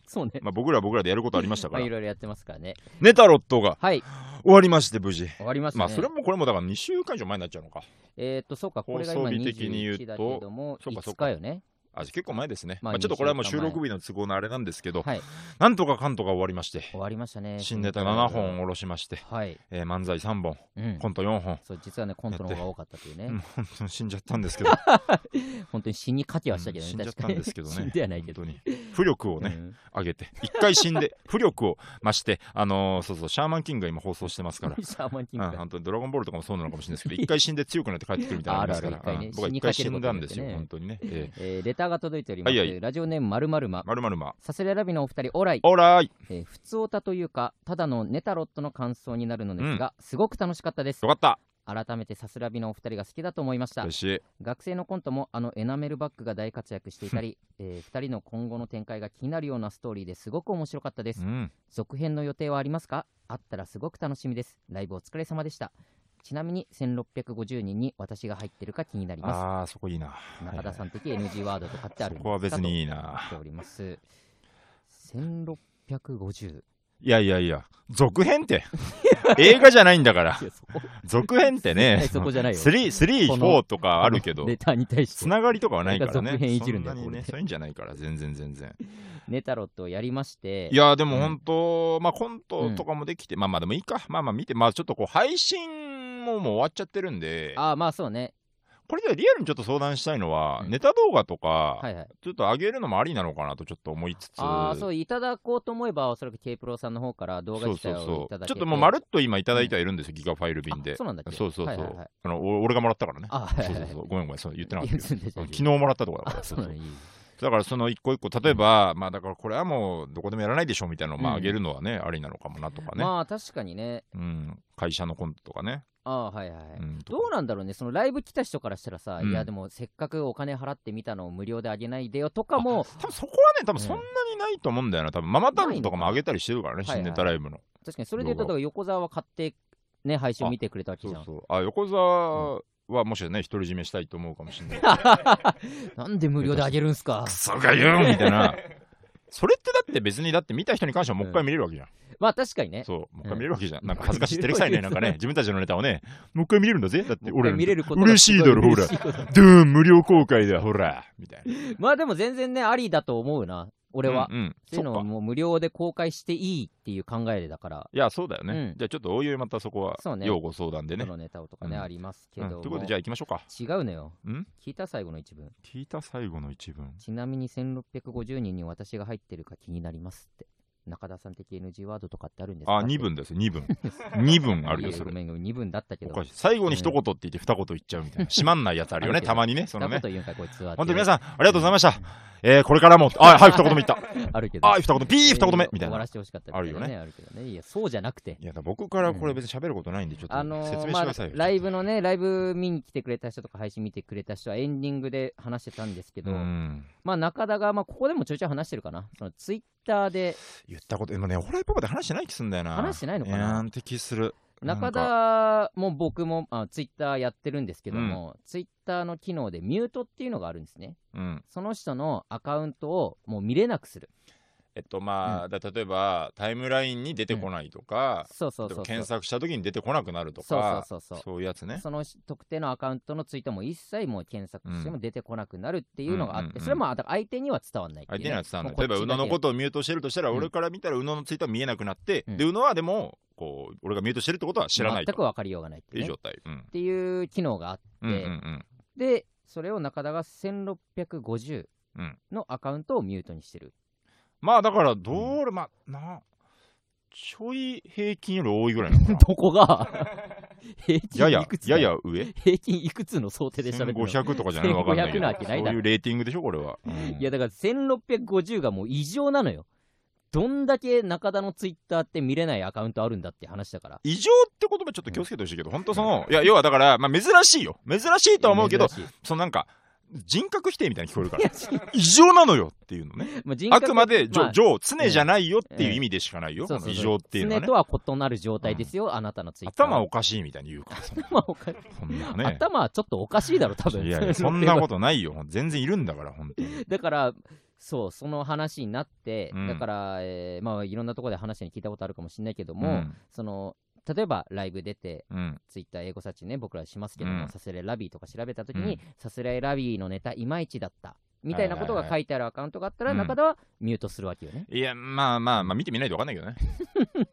Speaker 1: そうね
Speaker 2: まあ僕らは僕らでやることありました
Speaker 1: ま
Speaker 2: か
Speaker 1: あ
Speaker 2: ら
Speaker 1: い、ろいろやってますからね
Speaker 2: ネタロットが
Speaker 1: はい
Speaker 2: 終わりまして、無事。
Speaker 1: 終わりますね
Speaker 2: まあ、それもこれもだから2週間以上前になっちゃうのか。
Speaker 1: えー、とそうか、これが今
Speaker 2: 放送日的に言うと
Speaker 1: 21だけども、
Speaker 2: そうかそう
Speaker 1: 5
Speaker 2: か
Speaker 1: 日よね。
Speaker 2: あ結構前ですね、
Speaker 1: ま
Speaker 2: ま
Speaker 1: あ
Speaker 2: あ、ちょっとこれはもう
Speaker 1: 二週
Speaker 2: 収
Speaker 1: 間前
Speaker 2: 録日の都合のあれなんですけど、
Speaker 1: はい、
Speaker 2: なんとかかんとか終わりまして、
Speaker 1: 終わりましたね。
Speaker 2: 新ネタ7本。下ろしまして、
Speaker 1: はい。
Speaker 2: えー漫才3本、
Speaker 1: うん
Speaker 2: コント4本、
Speaker 1: そう実はね、コントの方が多かったという
Speaker 2: もう
Speaker 1: ね、
Speaker 2: 本当に死んじゃったんですけど、
Speaker 1: 本当に死にかけはしたけどね、
Speaker 2: 死んじゃっ
Speaker 1: 確か
Speaker 2: たん
Speaker 1: に。
Speaker 2: ですけどね、
Speaker 1: 死んではないけど。
Speaker 2: 本当に浮力を
Speaker 1: う
Speaker 2: ね、
Speaker 1: ん。
Speaker 2: 上げて、一回死んで、浮力を増して、あのーそうそう、シャーマンキングが今放送してますから
Speaker 1: シャーマンキン
Speaker 2: うん、
Speaker 1: グか。
Speaker 2: 本当にドラゴンボールとかもそうなのかもしれないですけど、一回死んで強くなって帰ってくるみたいなのありますから、
Speaker 1: あるある一回ね
Speaker 2: うん僕は
Speaker 1: 死に
Speaker 2: 一
Speaker 1: か
Speaker 2: 回
Speaker 1: け
Speaker 2: 死
Speaker 1: るこ
Speaker 2: ん
Speaker 1: とによっ
Speaker 2: だんで
Speaker 1: て
Speaker 2: す
Speaker 1: ね
Speaker 2: よ、本当にね。えー
Speaker 1: えーレターが届いております。
Speaker 2: はいはい
Speaker 1: ラジオネームまるまるま。
Speaker 2: まるまるま、
Speaker 1: サスレラビのお二人、オーライ。
Speaker 2: オーライ、
Speaker 1: えー、普通オタというか、ただのネタロットの感想になるのですが、すごく楽しかったです
Speaker 2: よ。かった、
Speaker 1: 改めてサスラビのお二人が好きだと思いました
Speaker 2: 嬉。しい。
Speaker 1: 学生のコントもあのエナメルバッグが大活躍していた り、え2人の今後の展開が気になるようなストーリーですごく面白かったです、
Speaker 2: うん、
Speaker 1: 続編の予定はありますかあったらすごく楽しみですライブお疲れ様でしたちなみに1650人に私が入ってるか気になりま
Speaker 2: ああ、そこいいな。
Speaker 1: す中田さん的 NG ワードとかってあるんですか
Speaker 2: そこは別にいい
Speaker 1: と言って
Speaker 2: な。
Speaker 1: おります1650
Speaker 2: いやいやいや、続 編って。映画じゃないんだから
Speaker 1: い。やそこ
Speaker 2: 続編ってね、
Speaker 1: そこじゃないよ
Speaker 2: 3、3、
Speaker 1: この
Speaker 2: 4とかあるけど
Speaker 1: ネ、タに対して
Speaker 2: つながりとかはないから
Speaker 1: なんか
Speaker 2: ね。
Speaker 1: 続編いじるんだよ
Speaker 2: そなにね
Speaker 1: これ
Speaker 2: そういうんじゃないから、全然全然。
Speaker 1: ネタロットをやりまして
Speaker 2: いや、でも本当、まあコントとかもできて、まあまあでもいいか。まあまあ見て、まあちょっとこう、配信ももう終わっちゃってるんで、
Speaker 1: ああまあそうね
Speaker 2: これではリアルにちょっと相談したいのは
Speaker 1: う、ん
Speaker 2: ネタ動画と
Speaker 1: は
Speaker 2: か、
Speaker 1: いはい
Speaker 2: ちょっと上げるのもありなのかなとちょっと思いつつ。
Speaker 1: ああそういただこうと思えばおそらく K プロさんの方から動画
Speaker 2: そう
Speaker 1: 自
Speaker 2: そ
Speaker 1: 体
Speaker 2: う
Speaker 1: をい
Speaker 2: そ
Speaker 1: ただ
Speaker 2: う。
Speaker 1: けて
Speaker 2: ちょっともうまるっと今いただいてはいるんですよ、ギガファイル便で
Speaker 1: あ。そうなんだっけ
Speaker 2: そうそう
Speaker 1: はい
Speaker 2: そ。
Speaker 1: はいはいう
Speaker 2: あのお俺がもらったからね。
Speaker 1: あはい
Speaker 2: そ
Speaker 1: はい
Speaker 2: うそう
Speaker 1: はい
Speaker 2: そう。ごめんごめん。そう言ってなかっ
Speaker 1: いや
Speaker 2: た
Speaker 1: 全
Speaker 2: け
Speaker 1: 然
Speaker 2: ど。
Speaker 1: 大丈夫
Speaker 2: 昨日もらったとこだから。
Speaker 1: あ そうなのいい
Speaker 2: だからその一個一個、例えば、まあだからこれはもうどこでもやらないでしょみたいなのをま
Speaker 1: う
Speaker 2: あ
Speaker 1: ん
Speaker 2: 上げるのはね、ありなのかもなとかね。
Speaker 1: まあ確かにね
Speaker 2: うん。会社のコントとかね。
Speaker 1: ああーはいはい、はい
Speaker 2: うん
Speaker 1: どうなんだろうねそのライブ来た人からしたらさ、
Speaker 2: うん
Speaker 1: いやでもせっかくお金払ってみたのを無料であげないでよとかも
Speaker 2: 多分そこはね、多分そんなにないと思うんだよな。多分ママタルトとかも上げたりしてるから
Speaker 1: な
Speaker 2: ね、
Speaker 1: いのか
Speaker 2: 新ネタライブの。
Speaker 1: 確かにそれで言うとだ
Speaker 2: 動画
Speaker 1: から横澤は買ってね配信を見てくれたわけ
Speaker 2: そ
Speaker 1: じ
Speaker 2: う
Speaker 1: ゃん
Speaker 2: そう。あ、横澤はもしかしたらね、独り占めしたいと思うかもしれない。
Speaker 1: なんで無料であげるんすか
Speaker 2: クソが言うんみた いな。それってだって別にだって見た人に関してはもう一回見れるわけじゃん。
Speaker 1: まあ確かにね
Speaker 2: そう、もう一回見れるわけじゃん。
Speaker 1: うん
Speaker 2: なんか恥ずかしい照れくさ いね、
Speaker 1: うん
Speaker 2: なんかね、自分たちのネタをね、もう一回見れるんだぜ。だって
Speaker 1: もう一
Speaker 2: 俺
Speaker 1: 回
Speaker 2: ら
Speaker 1: 見れることが
Speaker 2: 嬉しいだろ、ほら
Speaker 1: 嬉。しいこと
Speaker 2: ドゥーン無料公開だ、ほら。みたいな。
Speaker 1: まあでも全然ねありだと思うな俺は、
Speaker 2: うんうん
Speaker 1: そういうの
Speaker 2: そっ
Speaker 1: を
Speaker 2: か
Speaker 1: もう無料で公開していいっていう考えでだから、
Speaker 2: いやそうだよね、
Speaker 1: うん
Speaker 2: じゃあちょっとおいおいまたそこは
Speaker 1: そうね
Speaker 2: 要ご相談でね
Speaker 1: このネタをとかね、
Speaker 2: うん
Speaker 1: ありますけ
Speaker 2: うん、と
Speaker 1: ど
Speaker 2: いうこ
Speaker 1: も、
Speaker 2: とでじゃあ行きましょうか
Speaker 1: 違うのよ
Speaker 2: うん
Speaker 1: 聞いた最後の一文
Speaker 2: 聞いた最後の一文
Speaker 1: ちなみに1650人に私が入ってるか気になりますって中田さん的 NG ワードとかってあるんですか
Speaker 2: あ2文です2文 2文ある
Speaker 1: い
Speaker 2: よ
Speaker 1: や
Speaker 2: それ
Speaker 1: ごめんごめん2分だったけ
Speaker 2: お
Speaker 1: ど
Speaker 2: かしい最後に一言って言って二言言っちゃうみた いな閉まんないやつあるよ
Speaker 1: あ
Speaker 2: ね
Speaker 1: るけど
Speaker 2: たまにねその
Speaker 1: だこ
Speaker 2: ね
Speaker 1: と言うんかいこいつは
Speaker 2: 本当に皆さんありがとうございましたえー、これから もあはい二言目言った
Speaker 1: んあるけど
Speaker 2: あ二言ピー二言目みた
Speaker 1: 終
Speaker 2: い
Speaker 1: わ
Speaker 2: な
Speaker 1: らせてほしかったみたいな
Speaker 2: ある
Speaker 1: あるけどねいやそうじゃなくて
Speaker 2: いやだから僕からこれ別に喋ることないんでちょっと
Speaker 1: あのー
Speaker 2: 説明して
Speaker 1: ま
Speaker 2: くだ
Speaker 1: あ
Speaker 2: さいよ、
Speaker 1: ライブのねライブ見に来てくれた人とか配信見てくれた人はエンディングで話してたんですけど、
Speaker 2: うん
Speaker 1: まあ中田がまあここでもちょいちょい話してるかなそのツイッターで
Speaker 2: 言ったことでもねホライパパで話してない気すんだよな
Speaker 1: 話してないのかな
Speaker 2: なんて気するなんか
Speaker 1: 中田も僕もあツイッターやってるんですけども、ツイッターの機能でミュートっていうのがあるんですね
Speaker 2: うん
Speaker 1: その人のアカウントをもう見れなくする
Speaker 2: えっとまあ、だ例えばタイムラインに出てこないとか、
Speaker 1: そうそう
Speaker 2: 例え
Speaker 1: そ
Speaker 2: ば
Speaker 1: う
Speaker 2: 検索した時に出てこなくなるとか
Speaker 1: そうそうそうそう
Speaker 2: いうやつね
Speaker 1: その特定のアカウントのツイートも一切もう検索して
Speaker 2: う
Speaker 1: も出てこなくなるっていうのがあって、
Speaker 2: うんうんうん
Speaker 1: それもあだから相手には伝わんないってい
Speaker 2: 相
Speaker 1: う
Speaker 2: 手
Speaker 1: ね、
Speaker 2: には伝わんない
Speaker 1: も
Speaker 2: 例え
Speaker 1: うこ
Speaker 2: ば
Speaker 1: っちだ
Speaker 2: 宇野
Speaker 1: け
Speaker 2: のことをミュートしてるとしたら、
Speaker 1: うん
Speaker 2: 俺から見たら宇野のツイッター見えなくなって、
Speaker 1: うん
Speaker 2: で宇野はでもこう俺がミュートしてるってことは知らないと
Speaker 1: 全く分かりようがないって,、
Speaker 2: いう
Speaker 1: ね、っ
Speaker 2: 状態、うん
Speaker 1: ていう機能があって、
Speaker 2: うんうん
Speaker 1: でそれを中田が1650
Speaker 2: うん
Speaker 1: のアカウントをミュートにしてる
Speaker 2: まあだからどう、まあなちょい平均より多いぐらいなのかな
Speaker 1: どこ が平均
Speaker 2: やや
Speaker 1: いくつ
Speaker 2: やや上
Speaker 1: 平均いくつの想定で喋ってるの
Speaker 2: 1500とかじゃないわか んないけ
Speaker 1: 1500
Speaker 2: ど
Speaker 1: なわけないだろ
Speaker 2: そういうレーティングでしょこれは、うん
Speaker 1: いやだから1650がもう異常なのよどんだけ中田のツイッターって見れないアカウントあるんだって話だから
Speaker 2: 異常って言葉ちょっと気をつけてほしいけど、本当その、いや、要はだから、まあ、珍しいよ。珍しいとは思うけど、
Speaker 1: 珍しい
Speaker 2: そのなんか、人格否定みたいに聞こえるから、異常なのよっていうのね。
Speaker 1: まあ人
Speaker 2: あ
Speaker 1: 格
Speaker 2: くまで、
Speaker 1: まあ
Speaker 2: 常、常常じゃないよっていう意味でしかないよ。
Speaker 1: そう
Speaker 2: こ
Speaker 1: そ
Speaker 2: の
Speaker 1: う
Speaker 2: 異
Speaker 1: そう
Speaker 2: 常っていうのはね
Speaker 1: 常と。は異なる状態ですよ、あなたのツイッター
Speaker 2: 頭おかしいみたいに言うから、そんな
Speaker 1: 頭おかしい
Speaker 2: そん なね。
Speaker 1: 頭はちょっとおかしいだろ多分
Speaker 2: いや いや、そんなこととないよ。全然いるんだから、本当に。
Speaker 1: だからそうその話になって、
Speaker 2: うん
Speaker 1: だから、えーまあいろんなところで話に聞いたことあるかもしれないけど も、
Speaker 2: うん
Speaker 1: その例えばライブ出て
Speaker 2: うん。
Speaker 1: ツイッター英語サーチね、僕らしますけども、
Speaker 2: うん
Speaker 1: さすらいラビーとか調べたとき
Speaker 2: う
Speaker 1: に
Speaker 2: ん、
Speaker 1: さすらいラビーのネタいまいちだった。みたいなこと
Speaker 2: はいはい
Speaker 1: が
Speaker 2: は
Speaker 1: 書いてあるアカウントがあったら、
Speaker 2: うん
Speaker 1: 中田はミュートするわけよね。
Speaker 2: いや、まあまあまあ、見てみないとわかんない けどね。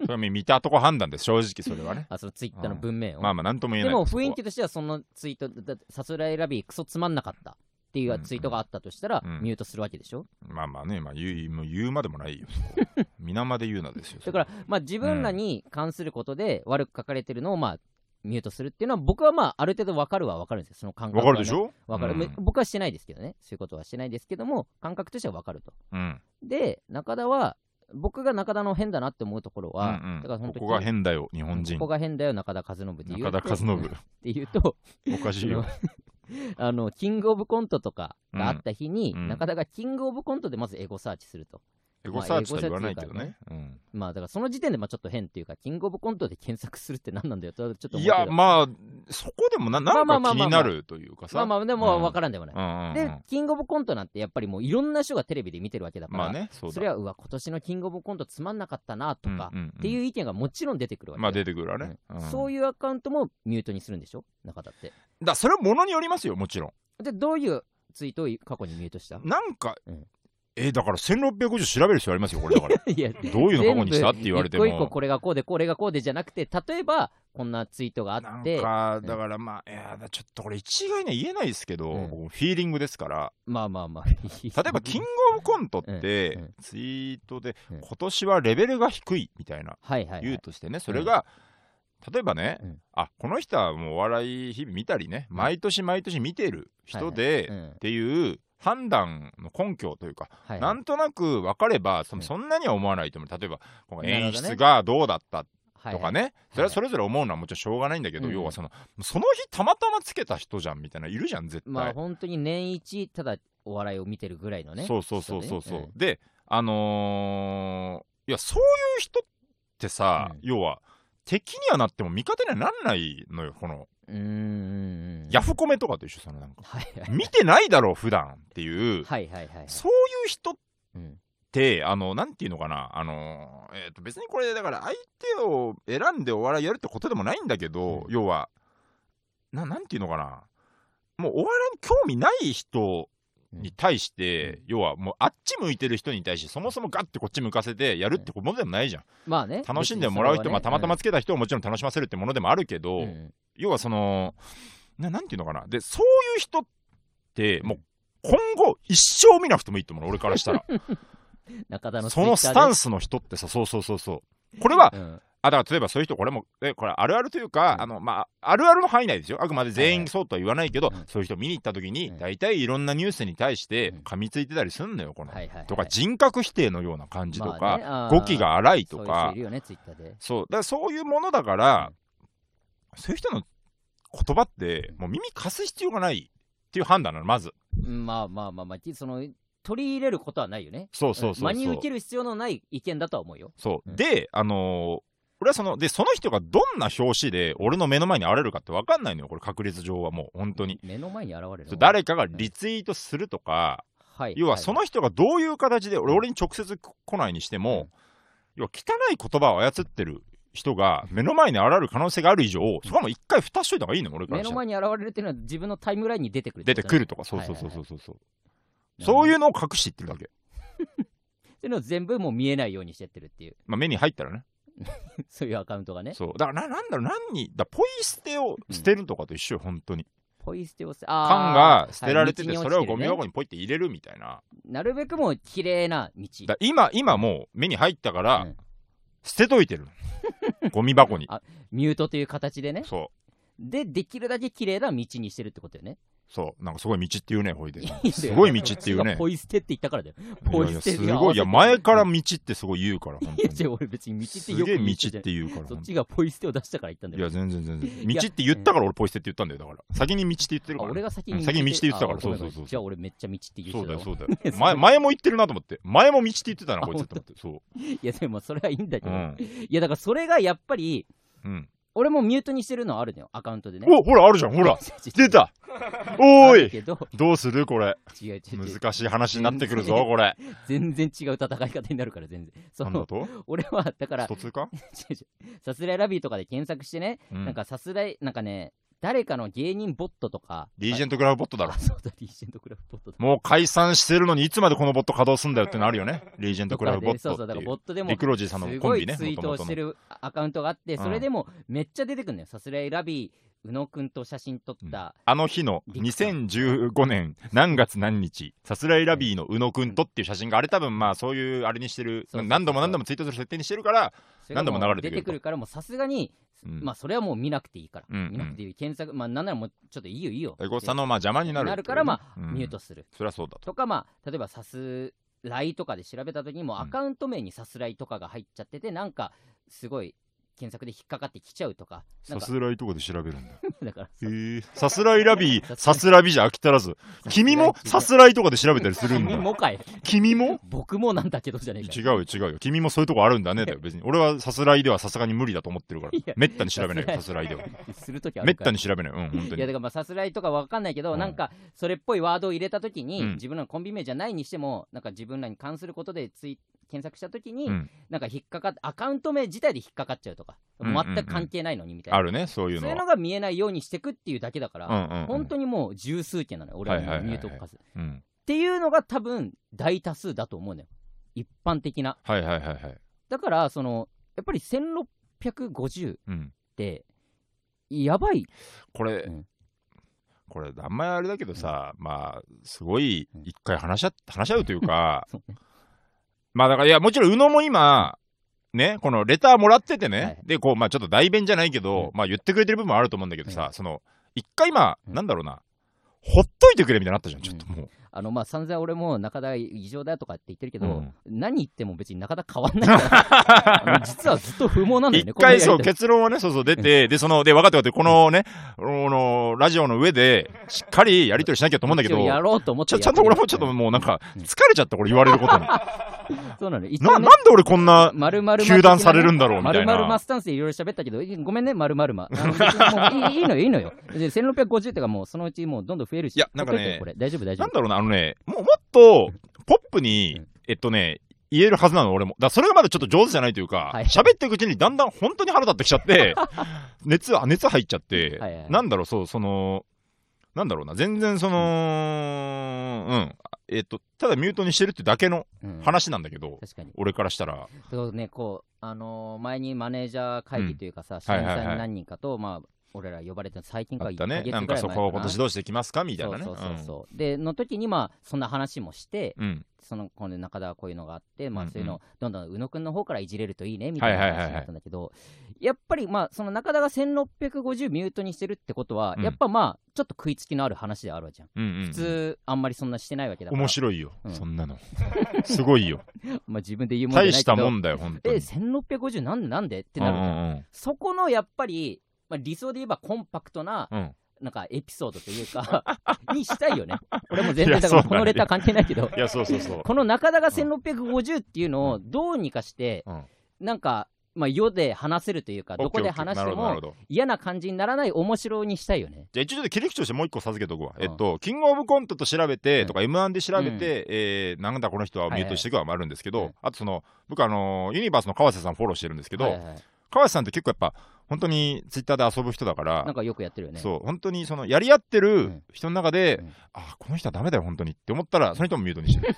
Speaker 2: それは見たとこ判断です、正直それはね。
Speaker 1: あ、そのツイッターの文面を。
Speaker 2: まあまあ、なんとも言え
Speaker 1: で
Speaker 2: ない。
Speaker 1: も雰
Speaker 2: そ
Speaker 1: 囲
Speaker 2: こ
Speaker 1: 気としては、そのツイート、ださすらいラビークソつまんなかったっていうツイートがあったとしたら、
Speaker 2: うんうん
Speaker 1: ミュートするわけでしょ。
Speaker 2: はまあまあね、まあ言う、もう言うまで もないよ。そこ皆まで言うなですよ。
Speaker 1: だから、まあ自分らに関することで悪く書かれてるのを、まあ、ミュートするっていうのは、僕はまあ、ある程度わかるはわかるんですよ、その感覚
Speaker 2: わ
Speaker 1: は
Speaker 2: か
Speaker 1: ね
Speaker 2: るでしょ
Speaker 1: わかる、
Speaker 2: うん
Speaker 1: 僕はしてないですけどね。そういうことはしてないですけども、感覚としてはわかると。
Speaker 2: うん。
Speaker 1: で、中田は、僕が中田の変だなって思うところは、
Speaker 2: うんうん
Speaker 1: だから本当
Speaker 2: こ
Speaker 1: に
Speaker 2: こが変だよ、日本人。
Speaker 1: ここが変だよ、中田和信って言う
Speaker 2: 中田和
Speaker 1: っ
Speaker 2: 信。
Speaker 1: て言うと、
Speaker 2: おかしいよ。
Speaker 1: あの、キングオブコントとかがあった日に、
Speaker 2: うんうん
Speaker 1: 中田がキングオブコントでまずエゴサーチすると。
Speaker 2: エゴサーチとは言わないけどね。うん
Speaker 1: まあ、だからその時点でまあちょっと変っていうか、キングオブコントで検索するって何なんだよと、ちょっと思う
Speaker 2: い
Speaker 1: けど
Speaker 2: や、まあ、そこでもな、なん
Speaker 1: まあ
Speaker 2: か
Speaker 1: まあまあ
Speaker 2: 気
Speaker 1: まあ
Speaker 2: になるというかさ。
Speaker 1: まあまあ、でも分
Speaker 2: わ
Speaker 1: からんでもない。
Speaker 2: ら
Speaker 1: で、キングオブコントなんてやっぱりもういろんな人がテレビで見てるわけだから、
Speaker 2: まあね、そうだ。
Speaker 1: それは、うわ、今年のキングオブコントつまんなかったなとか、
Speaker 2: っ
Speaker 1: っていうう意見がもちろん出てくる
Speaker 2: ん。
Speaker 1: わけ
Speaker 2: まあ
Speaker 1: よ
Speaker 2: 出てくるわね。
Speaker 1: そ
Speaker 2: いう
Speaker 1: いうアカウントもミュートにするんでしょ中田って。
Speaker 2: うん。だ、それはものによりますよ、もちろん。
Speaker 1: で、どういうツイートを過去にミュートした
Speaker 2: なんか
Speaker 1: うん、
Speaker 2: え、だから1650調べる必要ありますよ、これだ から。
Speaker 1: いや、
Speaker 2: ど ういうの過去にしたって言われても。
Speaker 1: 一個一個これがこうで、これがこうでじゃなくて、例えば、こんなツイートがあ
Speaker 2: な
Speaker 1: っ
Speaker 2: ん
Speaker 1: て、
Speaker 2: か
Speaker 1: ん
Speaker 2: だからまあ、いやだちょっとこれ一概には言えないですけど、
Speaker 1: うん
Speaker 2: 僕フィーリングですから
Speaker 1: まあまあまあ。
Speaker 2: 例えば「キングオブコント」って
Speaker 1: うんうん
Speaker 2: ツイートで
Speaker 1: うん
Speaker 2: 今年はレベルが低いみたいな
Speaker 1: はいはい、は
Speaker 2: 言う
Speaker 1: い。
Speaker 2: としてねそれが例えばね
Speaker 1: うん
Speaker 2: あこの人はもうお笑い日々見たりね毎年毎年見てる人
Speaker 1: う
Speaker 2: で
Speaker 1: ん
Speaker 2: っていう判断の根拠というか
Speaker 1: はいはい
Speaker 2: なんとなく分かればそ
Speaker 1: うん
Speaker 2: そんなには思わないと思う例えばこの演
Speaker 1: なるほどね
Speaker 2: 出がどうだった
Speaker 1: はい
Speaker 2: と
Speaker 1: は
Speaker 2: か
Speaker 1: い
Speaker 2: ね、それはそれぞれ思うのはもちろんしょうがないんだけど、
Speaker 1: うん
Speaker 2: 要はそのその日たまたまつけた人じゃんみたいないるじゃん絶対、
Speaker 1: まあ本当に年一、ただお笑いを見てるぐらいのね。
Speaker 2: そうそうそうそう
Speaker 1: 人
Speaker 2: そう、
Speaker 1: ねん
Speaker 2: であのーいやそういう人ってさ、
Speaker 1: うん
Speaker 2: 要は敵にはなっても味方にはなんないのよこの
Speaker 1: うーん。
Speaker 2: ヤフコメとかと一緒そのなんか
Speaker 1: はい はい
Speaker 2: 見てないだろう普段っていう、
Speaker 1: はいはいはいはい。
Speaker 2: そういう人っ
Speaker 1: うん
Speaker 2: てあのなんていうのかなあのーえーと別にこれだから相手を選んでお笑いやるってことでもないんだけど、
Speaker 1: うん
Speaker 2: 要はななんていうのかなもうお笑いに興味ない人に対して、
Speaker 1: う
Speaker 2: 要はもうあっち向いてる人に対してそもそもガッてこっち向かせてやるってことでもないじゃん、
Speaker 1: まあね
Speaker 2: 楽しんでもらう人、まあ、たまたま
Speaker 1: つ
Speaker 2: つけた人をもちろん楽しませるってものでもあるけど、要はそのななんていうのかなでそういう人ってもう今後一生見なくてもいいと思うの俺からしたら
Speaker 1: 中田の
Speaker 2: そのスタン
Speaker 1: ス
Speaker 2: スの人ってさそうそうそうそうこれは
Speaker 1: うん
Speaker 2: あだから例えばそういう人これもえこれあるあるという
Speaker 1: う
Speaker 2: か、
Speaker 1: ん
Speaker 2: あのまあ、あるあるの範囲内ですよあくまで全員そうとは言わないけど、
Speaker 1: はいはい
Speaker 2: そういう人見に行った時に、
Speaker 1: うん
Speaker 2: 大体いろんなニュースに対して
Speaker 1: うん
Speaker 2: 噛みついてたりすんのよこの、
Speaker 1: はいはいはい
Speaker 2: とか人格否定のような感じとか、
Speaker 1: まあねあー
Speaker 2: 語気が荒いと
Speaker 1: そういう人
Speaker 2: か
Speaker 1: いるよねツイッターで
Speaker 2: そうだからそういうものだから、そういう人の言葉ってもう耳貸す必要がないっていう判断なのまず
Speaker 1: うんまあまあまあまあその取り入れることはないよね
Speaker 2: そうそうそうそう
Speaker 1: 真に受ける必要のない意見だとは思うよ
Speaker 2: そう、
Speaker 1: うん
Speaker 2: であのー俺はそのでその人がどんな表紙で俺の目の前に現れるかって分かんないのよこれ確率上はもう本当に
Speaker 1: 目の前に現れる
Speaker 2: そう誰かがリツイートするとか、
Speaker 1: はい
Speaker 2: 要はその人がどういう形で俺俺に直接来ないにしても、要は汚い言葉を操ってる人が目の前に現れる可能性がある以上そこはもう一回蓋しといた方がいいのよ俺か
Speaker 1: 目
Speaker 2: らし
Speaker 1: の
Speaker 2: たら
Speaker 1: 前に現れるっていうのは自分のタイムラインに出てくる
Speaker 2: 出てくるとかそうそうそうそうそうそうそういううのを隠していってるだけ、
Speaker 1: っていうのを全部もう見えないようにしてってるって いう
Speaker 2: まあ、目に入ったらね
Speaker 1: そういうアカウントがね
Speaker 2: そうだからななんだろう何にだポイ捨てを捨てるとかと一緒よ本当に
Speaker 1: ポイ捨てをせ
Speaker 2: 缶
Speaker 1: あー
Speaker 2: が捨てられてて
Speaker 1: はい
Speaker 2: それを
Speaker 1: 道
Speaker 2: ゴ
Speaker 1: に落ちてるね
Speaker 2: ミ箱にポイって入れるみたいな
Speaker 1: なるべくもう綺麗な道
Speaker 2: だ今今もう目に入ったから
Speaker 1: うん
Speaker 2: 捨てといてる のゴミ箱に
Speaker 1: あミュートという形でね
Speaker 2: そ
Speaker 1: でできるだけ綺麗な道にしてるってことよね
Speaker 2: うそうなんかすごい道っていうねほいで
Speaker 1: す
Speaker 2: すごい道っていうね
Speaker 1: ポイ捨てって言ったからだよポイ捨て
Speaker 2: いやいやす
Speaker 1: に合
Speaker 2: ご
Speaker 1: わせ
Speaker 2: いい
Speaker 1: て
Speaker 2: や前から道ってすごい言うから本
Speaker 1: いや
Speaker 2: 当
Speaker 1: 違
Speaker 2: に
Speaker 1: う俺別に道って
Speaker 2: す
Speaker 1: よく
Speaker 2: げえ
Speaker 1: 言う
Speaker 2: 道
Speaker 1: 人じゃ
Speaker 2: っ
Speaker 1: ない
Speaker 2: て言うから
Speaker 1: そっ
Speaker 2: 本当
Speaker 1: ちがポイ捨てを出したから言ったんだ
Speaker 2: に
Speaker 1: よ
Speaker 2: いや全然全然
Speaker 1: い
Speaker 2: 道
Speaker 1: や
Speaker 2: って言ったから俺ポイ捨てって言ったんだよだから先に道って言ってる
Speaker 1: あ
Speaker 2: から
Speaker 1: 俺が先
Speaker 2: う
Speaker 1: に
Speaker 2: ん先に道って言ってたから
Speaker 1: あごめん
Speaker 2: そうそう
Speaker 1: ごめん
Speaker 2: そう
Speaker 1: じゃあ俺めっちゃ道って言
Speaker 2: そ
Speaker 1: っ
Speaker 2: う
Speaker 1: てた
Speaker 2: だよ
Speaker 1: わ
Speaker 2: そうだよ
Speaker 1: そう
Speaker 2: 前前も言ってるなと思って前も道って言ってたな
Speaker 1: あ
Speaker 2: こいつと思ってそ
Speaker 1: いやでもそれはいいんだけ
Speaker 2: うう
Speaker 1: ど、
Speaker 2: ん
Speaker 1: いやだからそれがやっぱり
Speaker 2: うん
Speaker 1: 俺もミュートにしてるのはあるのよアカウントでね
Speaker 2: おほらあるじゃん ほら出た
Speaker 1: あ
Speaker 2: お
Speaker 1: る
Speaker 2: い
Speaker 1: けど
Speaker 2: どうするこれ
Speaker 1: 違う違う違う
Speaker 2: 難しい話になってくるぞこれ
Speaker 1: 全然違う戦い方になるから全然そ
Speaker 2: なんだ
Speaker 1: の
Speaker 2: と
Speaker 1: 俺はだから
Speaker 2: 一つか、
Speaker 1: 違う違う さすらいラビーとかで検索してね、
Speaker 2: うん、
Speaker 1: なんかさすらいなんかね誰かの芸人ボットとか
Speaker 2: リージ
Speaker 1: ン
Speaker 2: ェントクラブボットだろ
Speaker 1: あそうだリージェントクラブボットだ
Speaker 2: もう解散してるのにいつまでこのボット稼働すんだよってなるよねリージェントクラブボッ
Speaker 1: そう
Speaker 2: ト
Speaker 1: そう
Speaker 2: っ
Speaker 1: だか
Speaker 2: て
Speaker 1: ら
Speaker 2: い
Speaker 1: ボ
Speaker 2: う
Speaker 1: ットでも
Speaker 2: リクロジーさんのコンビね
Speaker 1: すごいツイートを
Speaker 2: 元
Speaker 1: し
Speaker 2: 々
Speaker 1: て
Speaker 2: の
Speaker 1: るアカウントがあって、それでもめっちゃ出てくるのよ。さすらいラビー、宇野くんと写真撮った、
Speaker 2: あの日の2015年何月何日さすらいラビーの宇野くんとっていう写真があれ多分まあそういうあれにしてる
Speaker 1: そうそうそう
Speaker 2: 何度も何度もツイートする設定にしてるから
Speaker 1: そがもう
Speaker 2: 何度も流れてくる
Speaker 1: 出てくるから、もうさすがに、
Speaker 2: うん
Speaker 1: まあそれはもう見なくていいから、
Speaker 2: うんうん
Speaker 1: 見なくていい、検索、まあなんならもうちょっといいよ、いいよ。
Speaker 2: 大悟さんのまあ邪魔になるっていうね
Speaker 1: から、まあ、
Speaker 2: うん
Speaker 1: ミュートする。
Speaker 2: そりゃそうだと
Speaker 1: とか、まあ、例えばさすらいとかで調べたときにも、
Speaker 2: うん
Speaker 1: アカウント名にさすらいとかが入っちゃってて、なんか、すごい検索で引っかかってきちゃうとか、なん
Speaker 2: さ
Speaker 1: か、
Speaker 2: すらいとかで調べるんだ
Speaker 1: だから、
Speaker 2: へえさすらいラビー
Speaker 1: さ
Speaker 2: さ
Speaker 1: す
Speaker 2: すらびじゃ飽き足らず君もさすらいとかで調べたりするん
Speaker 1: 君
Speaker 2: だ
Speaker 1: もかい、
Speaker 2: 君も
Speaker 1: 僕もなんだけどじゃねえかよ
Speaker 2: 違うよ違うよ君もそういうとこあるんだねだよ別に俺はさすらいではさすがに無理だと思ってるから
Speaker 1: いや
Speaker 2: めったに調べないよさ
Speaker 1: さ
Speaker 2: すらいでは
Speaker 1: するときあ
Speaker 2: め
Speaker 1: る
Speaker 2: っ
Speaker 1: から
Speaker 2: たに調べないうん本当
Speaker 1: いやだ
Speaker 2: に
Speaker 1: からまあさすらいとかわかんないけど、
Speaker 2: うん
Speaker 1: なんかそれっぽいワードを入れたときに、
Speaker 2: うん
Speaker 1: 自分らのコンビ名じゃないにしてもなんか自分らに関することでツイ検索したときに、
Speaker 2: うん
Speaker 1: なんか引っかかってアカウント名自体で引っかかっちゃうとか、
Speaker 2: うんうんうん
Speaker 1: 全く関係ないのにみたいな
Speaker 2: あるねそういう
Speaker 1: そ
Speaker 2: の
Speaker 1: ういうの
Speaker 2: は
Speaker 1: が見えないようにしてくっていうだけだから、
Speaker 2: うんうんうん
Speaker 1: 本当にもう十数件なのよ俺は
Speaker 2: はいはいはいはい
Speaker 1: ミュートをかす、
Speaker 2: うん
Speaker 1: っていうのが多分大多数だと思うのよ一般的な
Speaker 2: はいはいはいはい
Speaker 1: だからそのやっぱり1650っ
Speaker 2: うん
Speaker 1: てやばい
Speaker 2: これ
Speaker 1: うん
Speaker 2: これあんまりあれだけどさまあすごい一回話し合っ話し合うというか
Speaker 1: そう
Speaker 2: まあだからいやもちろん宇野も今ね、このレターもらっててね、
Speaker 1: はい
Speaker 2: でこうまあちょっと代弁じゃないけ
Speaker 1: う
Speaker 2: ど、
Speaker 1: ん
Speaker 2: まあ言ってくれてる部分もあると思うんだけどさ、
Speaker 1: う
Speaker 2: その一回今、
Speaker 1: うん
Speaker 2: なんだろうなほっといてくれみたいになったじゃんちょっともう、
Speaker 1: あのまあ散々俺も中田異常だとかって言ってるけど、
Speaker 2: うん
Speaker 1: 何言っても別に中田変わんないからあ の実はずっと不毛なんだよね。
Speaker 2: 一回そ
Speaker 1: このや
Speaker 2: う
Speaker 1: り
Speaker 2: 結論はねそうそう出てでそので分かって分かってこのねこのラジオの上でしっかりやり取りしなきゃと思うんだけ
Speaker 1: とり
Speaker 2: ど
Speaker 1: 一応やろうと思って
Speaker 2: ちょちゃんと俺もちょっと
Speaker 1: や
Speaker 2: もうなんか
Speaker 1: うん
Speaker 2: 疲れちゃったこれ言われることにな
Speaker 1: てるそうなの一応
Speaker 2: なん
Speaker 1: ね
Speaker 2: で俺こんな
Speaker 1: まるまる
Speaker 2: 糾弾されるんだろうみ
Speaker 1: ま
Speaker 2: たい
Speaker 1: るまる
Speaker 2: な
Speaker 1: マスタンスでいろいろ喋ったけど、いごめんね、まるまるま。あの別にもういいいいのよ、いいのよ。で、1650ってかもうそのうちもうどんどん増えるし。
Speaker 2: いやなんかね
Speaker 1: ほっといてこれ大丈夫、大丈
Speaker 2: なん
Speaker 1: 夫。
Speaker 2: だろうなあのねもうもっとポップ
Speaker 1: う
Speaker 2: に
Speaker 1: ん
Speaker 2: えっとね言えるはずなの俺もだからそれがまだちょっと上手じゃないというか
Speaker 1: はい
Speaker 2: 喋っていくうちにだんだん 本当に腹立ってきちゃって熱熱入っちゃって
Speaker 1: はいはい
Speaker 2: なんだろうそうそのなんだろうな、全然その、うん、えっと、ただミュートにしてるってだけの
Speaker 1: うん
Speaker 2: 話なんだけど、
Speaker 1: 確かに
Speaker 2: 俺からしたら、
Speaker 1: そうね、こう、あのー前にマネージャー会議というかさ、審
Speaker 2: はいはいはい
Speaker 1: 査員何人かと、まあ、俺ら呼ばれて、最近
Speaker 2: あ
Speaker 1: か
Speaker 2: っ
Speaker 1: 1
Speaker 2: た
Speaker 1: ヶ
Speaker 2: ね
Speaker 1: 月ぐ、ら
Speaker 2: ないん
Speaker 1: 前
Speaker 2: かそこは今年
Speaker 1: う
Speaker 2: どうしてきますかみたいなね。
Speaker 1: そうそうそうそう、で、の時に、まあ、そんな話もして、
Speaker 2: うんうん
Speaker 1: その、この中田はこういうのがあって、まあ、
Speaker 2: うんうん
Speaker 1: そういうのを、どんどん宇野くんの方からいじれるといいね、みたいな
Speaker 2: はいはいはいはい
Speaker 1: 話になったんだけど、やっぱり、まあ、その中田が1650ミュートにしてるってことは、
Speaker 2: うん
Speaker 1: やっぱまあ、ちょっと食いつきのある話ではあるわじゃん。
Speaker 2: うんうんうん
Speaker 1: 普通、あんまりそんなしてないわけだから。
Speaker 2: 面白いよ、
Speaker 1: うん
Speaker 2: そんなの。すご いよ。
Speaker 1: まあ、自分で言うもんじゃな
Speaker 2: 大
Speaker 1: いけ
Speaker 2: し
Speaker 1: ど
Speaker 2: たもんだよ、本当
Speaker 1: え、
Speaker 2: に。
Speaker 1: 1650なんでなんでって
Speaker 2: うん
Speaker 1: なる
Speaker 2: う
Speaker 1: じゃん
Speaker 2: ん
Speaker 1: そこのやっぱり、まあ、理想で言えばコンパクトな、
Speaker 2: うん。
Speaker 1: なんかエピソードという か、にしたいよね。俺も全
Speaker 2: いや
Speaker 1: 然、だから
Speaker 2: そうだね
Speaker 1: このレター関係ないけ ど
Speaker 2: うん。い、や、そうそうそう。
Speaker 1: この中田が1650っていうのをどうにかして、
Speaker 2: うん
Speaker 1: なんか、まあ、世で話せるというか、どこで話して
Speaker 2: オッケーオッケーなるほどなるほ
Speaker 1: も
Speaker 2: ど
Speaker 1: 嫌な感じにならない面白にしたいよね。
Speaker 2: じゃあ一応ちょっと切り口としてもう一個授けとくわ、
Speaker 1: うん
Speaker 2: えっとキングオブコントと調べてとか、M1 で調べて、
Speaker 1: うん
Speaker 2: えーなんだこの人はミュートしていくはあるんですけど、
Speaker 1: はいはい
Speaker 2: あとその僕あのユニバースの川瀬さんフォローしてるんですけど、
Speaker 1: はいはい
Speaker 2: 川瀬さんって結構やっぱ本当にツイッターで遊ぶ人だから
Speaker 1: なんかよくやってるよね。
Speaker 2: そう本当にそのやり合ってる
Speaker 1: ん
Speaker 2: 人の中で、
Speaker 1: うん
Speaker 2: あこの人はダメだよ本当にって思ったらその人もミュートに してる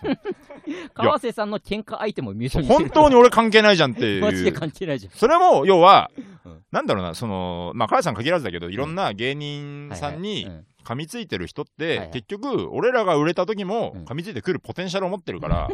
Speaker 1: 川瀬さんの喧嘩相手もミュート
Speaker 2: そう
Speaker 1: にして
Speaker 2: 本
Speaker 1: る。
Speaker 2: 当に俺関係ないじゃんっていう
Speaker 1: マジで関係ないじゃん。
Speaker 2: それも要は、
Speaker 1: うん
Speaker 2: なんだろうなそのまあ川瀬さん限らずだけどいろんな芸人さんに、
Speaker 1: はいはいうん
Speaker 2: 噛みついてる人っ
Speaker 1: はい
Speaker 2: て、
Speaker 1: はい
Speaker 2: 結局俺らが売れた時も
Speaker 1: うん
Speaker 2: 噛みついてくるポテンシャルを持って るから、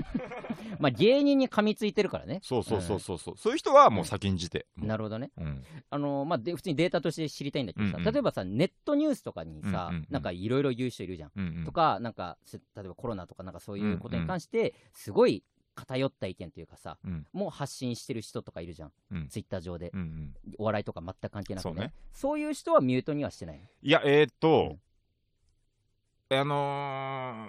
Speaker 1: まあ、芸人に噛みついてるからね。
Speaker 2: そうそうそうそうそうそういう人はもう先んじて、
Speaker 1: なるほどね。
Speaker 2: うん
Speaker 1: あのまあ、で普通にデータとして知りたいんだけどさ、
Speaker 2: うんうん
Speaker 1: 例えばさネットニュースとかにさ、
Speaker 2: うんうんうん
Speaker 1: なんかいろいろ言う人いるじゃん、
Speaker 2: うんうん
Speaker 1: とかなんかす例えばコロナとかなんかそういうこと
Speaker 2: う
Speaker 1: に
Speaker 2: んうん
Speaker 1: 関してすごい偏った意見というかさ、
Speaker 2: うん
Speaker 1: もう発信してる人とかいるじゃん、
Speaker 2: うん
Speaker 1: ツイッター上で
Speaker 2: うんうん
Speaker 1: お笑いとか全く関係なくね
Speaker 2: そうね
Speaker 1: そういう人はミュートにはしてない
Speaker 2: いやえー、っと
Speaker 1: うん、
Speaker 2: あのー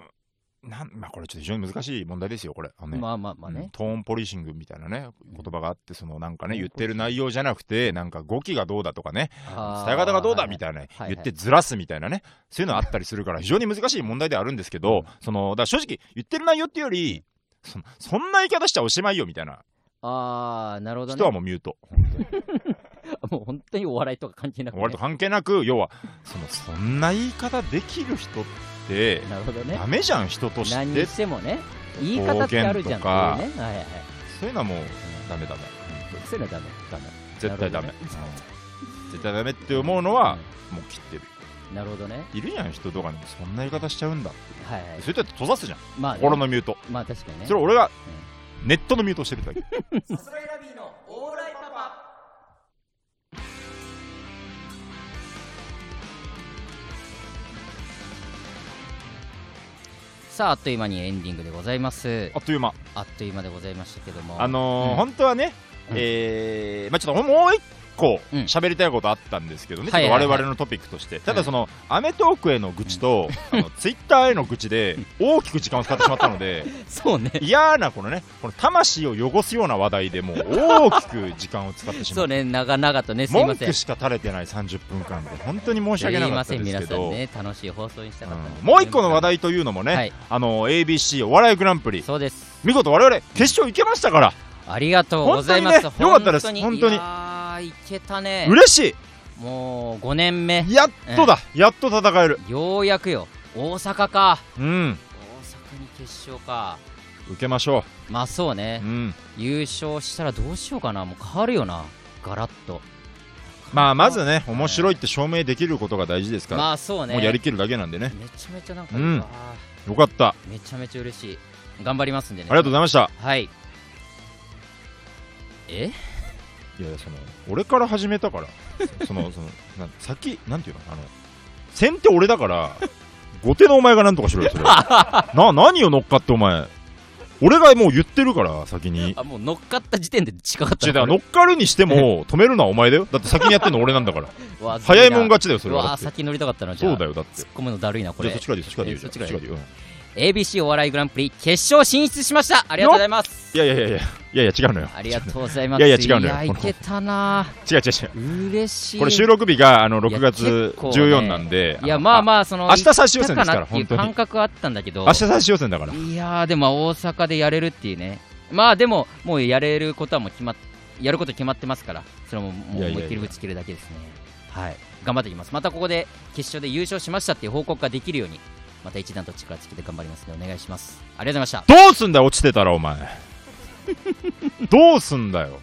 Speaker 2: なんまあ、これちょっと非常に難しい問題ですよこれあのね
Speaker 1: まあまあまあ
Speaker 2: うん
Speaker 1: ね、
Speaker 2: トーンポリシングみたいなね
Speaker 1: うん
Speaker 2: 言葉があってそのなんかね
Speaker 1: トー
Speaker 2: 言
Speaker 1: ンポリシン
Speaker 2: っ
Speaker 1: グ
Speaker 2: てる内容じゃなくてなんか語気がどうだとかね
Speaker 1: あー
Speaker 2: 伝え方がどうだみたいな
Speaker 1: はい
Speaker 2: 言ってずらすみたいなねそういうのあったりするから非常に難しい問題ではあるんですけどそのだから正直言ってる内容っていうよりそのそんな言い方しちゃおしまいよみたいな
Speaker 1: あーなるほど
Speaker 2: 人は
Speaker 1: ね
Speaker 2: もうミュート
Speaker 1: もう本当にお笑いとか関係なく、ね、
Speaker 2: 割と関係なく要はそのそんな言い方できる人って
Speaker 1: なるほどね
Speaker 2: ダメじゃん人とし
Speaker 1: 何
Speaker 2: て
Speaker 1: にしてもね言い方ってあるじゃんっていう
Speaker 2: 方言
Speaker 1: ねはいはいはい
Speaker 2: そういうのはもうダメダメ
Speaker 1: そういうのはダメダメ
Speaker 2: 絶対ダメ
Speaker 1: なるほどね
Speaker 2: うん絶対ダメって思うのはもう切ってる
Speaker 1: なるほどね。
Speaker 2: いるじゃん人とかにもそんな言い方しちゃうんだ
Speaker 1: はい、はい
Speaker 2: そ。れだって閉ざすじゃん
Speaker 1: まあ、
Speaker 2: 心のミュート
Speaker 1: まあ確かにね。
Speaker 2: それ俺がネットのミュートしてるだけ
Speaker 3: さすがいラビーのオーライパパ
Speaker 1: さあ、あっという間にエンディングでございます
Speaker 2: あ。っという間
Speaker 1: あっという間でございましたけども。
Speaker 2: あのー
Speaker 1: うん
Speaker 2: 本当はね、
Speaker 1: うん
Speaker 2: えーまあ、ちょっともう一個
Speaker 1: うん
Speaker 2: 喋りたいことあったんですけどね、
Speaker 1: はいはいはい
Speaker 2: ちょっと我々のトピックとして、ただその、アメトークへの愚痴と、あ のツイッターへの愚痴で大きく時間を使ってしまったので、
Speaker 1: そうね。
Speaker 2: 嫌なこのね、この魂を汚すような話題でもう大きく時間を使ってしま
Speaker 1: そ
Speaker 2: っ
Speaker 1: う
Speaker 2: た。
Speaker 1: ね、長々とね、すいま
Speaker 2: 文
Speaker 1: せん。
Speaker 2: 句しか垂れてない30分間で本当に申し訳なかった
Speaker 1: すいません、
Speaker 2: です
Speaker 1: 皆
Speaker 2: け
Speaker 1: さ
Speaker 2: ど、
Speaker 1: んね、楽しい放送にしたかったので、
Speaker 2: うんもう一個の話題というのもね、
Speaker 1: はい
Speaker 2: あの ABC お笑いグランプリ
Speaker 1: そうです。
Speaker 2: 見事我々決勝行けましたから、
Speaker 1: ありがとうございます。
Speaker 2: 本当にねよかったです
Speaker 1: 本
Speaker 2: 本
Speaker 1: 当
Speaker 2: 当
Speaker 1: に。い
Speaker 2: に
Speaker 1: やーいけたね。
Speaker 2: 嬉しい
Speaker 1: もう5年目。
Speaker 2: やっとだ、やっと戦える。
Speaker 1: ようやくよ。大阪か。
Speaker 2: うん、
Speaker 1: 大阪に決勝か。
Speaker 2: 受けましょ
Speaker 1: まあそうね。
Speaker 2: う。うん、
Speaker 1: 優勝したらどうしようかなもう変わるよなガラッと
Speaker 2: まあ、まずね、面白いって証明できることが大事ですから、
Speaker 1: まあそうね
Speaker 2: もうやりきるだけなんでね。
Speaker 1: めちゃめちゃなんか、
Speaker 2: うん
Speaker 1: わあ
Speaker 2: よかった。あ
Speaker 1: めちゃめちゃ嬉しい頑張りますんでね
Speaker 2: りがとうございました。
Speaker 1: はいえ
Speaker 2: いやいや、その、俺から始めたから、 その、その、なん先、なんていうの、あの、先手俺だ から、後手のお前がなんとかしろよ、それ。な、何を乗っかってお前。俺がもう言ってるから、先に。
Speaker 1: あもう乗っかった時点で近かった
Speaker 2: 違う、だから乗っかるにしても、止めるのはお前だよ。だって先にやってんの俺なんだから。
Speaker 1: わあずる
Speaker 2: 早い
Speaker 1: な
Speaker 2: もん勝ちだよ、それ
Speaker 1: う
Speaker 2: は。
Speaker 1: わ
Speaker 2: だ
Speaker 1: あ
Speaker 2: って
Speaker 1: 先乗りたかったのじゃあ
Speaker 2: そうだよ、だって
Speaker 1: 突っ。込むのだるいなこ
Speaker 2: じゃあ
Speaker 1: れ
Speaker 2: そっちからでいい、そっちからで
Speaker 1: えそっちからでいい
Speaker 2: いいよ。そっでいいようん
Speaker 1: ABC お笑いグランプリ決勝進出しましたありがとうございます
Speaker 2: いやいやいやいや、いやいや違うのよ。
Speaker 1: ありがとうございます
Speaker 2: いやいや違うのよ
Speaker 1: いやいけたな
Speaker 2: 違う違う違う。
Speaker 1: 嬉しい
Speaker 2: これ収録日があの6
Speaker 1: いや
Speaker 2: 月
Speaker 1: 結構ね
Speaker 2: 14なんで、
Speaker 1: いやまあ
Speaker 2: あ
Speaker 1: まあその
Speaker 2: の、明日最終予選
Speaker 1: だ
Speaker 2: ですから、
Speaker 1: ってい
Speaker 2: 本
Speaker 1: う
Speaker 2: 当
Speaker 1: 感
Speaker 2: に。
Speaker 1: 覚あったんだけど
Speaker 2: 明日最終予選だから。
Speaker 1: いやーでも大阪でやれるっていうねまあでももうやれることはもう決まっやること決まってますからそれはもうもう
Speaker 2: いやいやいや
Speaker 1: 思いっきりぶつけるだけですねはい頑張っていきますまたここで決勝で優勝しましたっていう報告ができるようにまた一段と力つけて頑張りますのでお願いしますありがとうございま
Speaker 2: どうすんだよ落ちてたらお 前どうすんだよ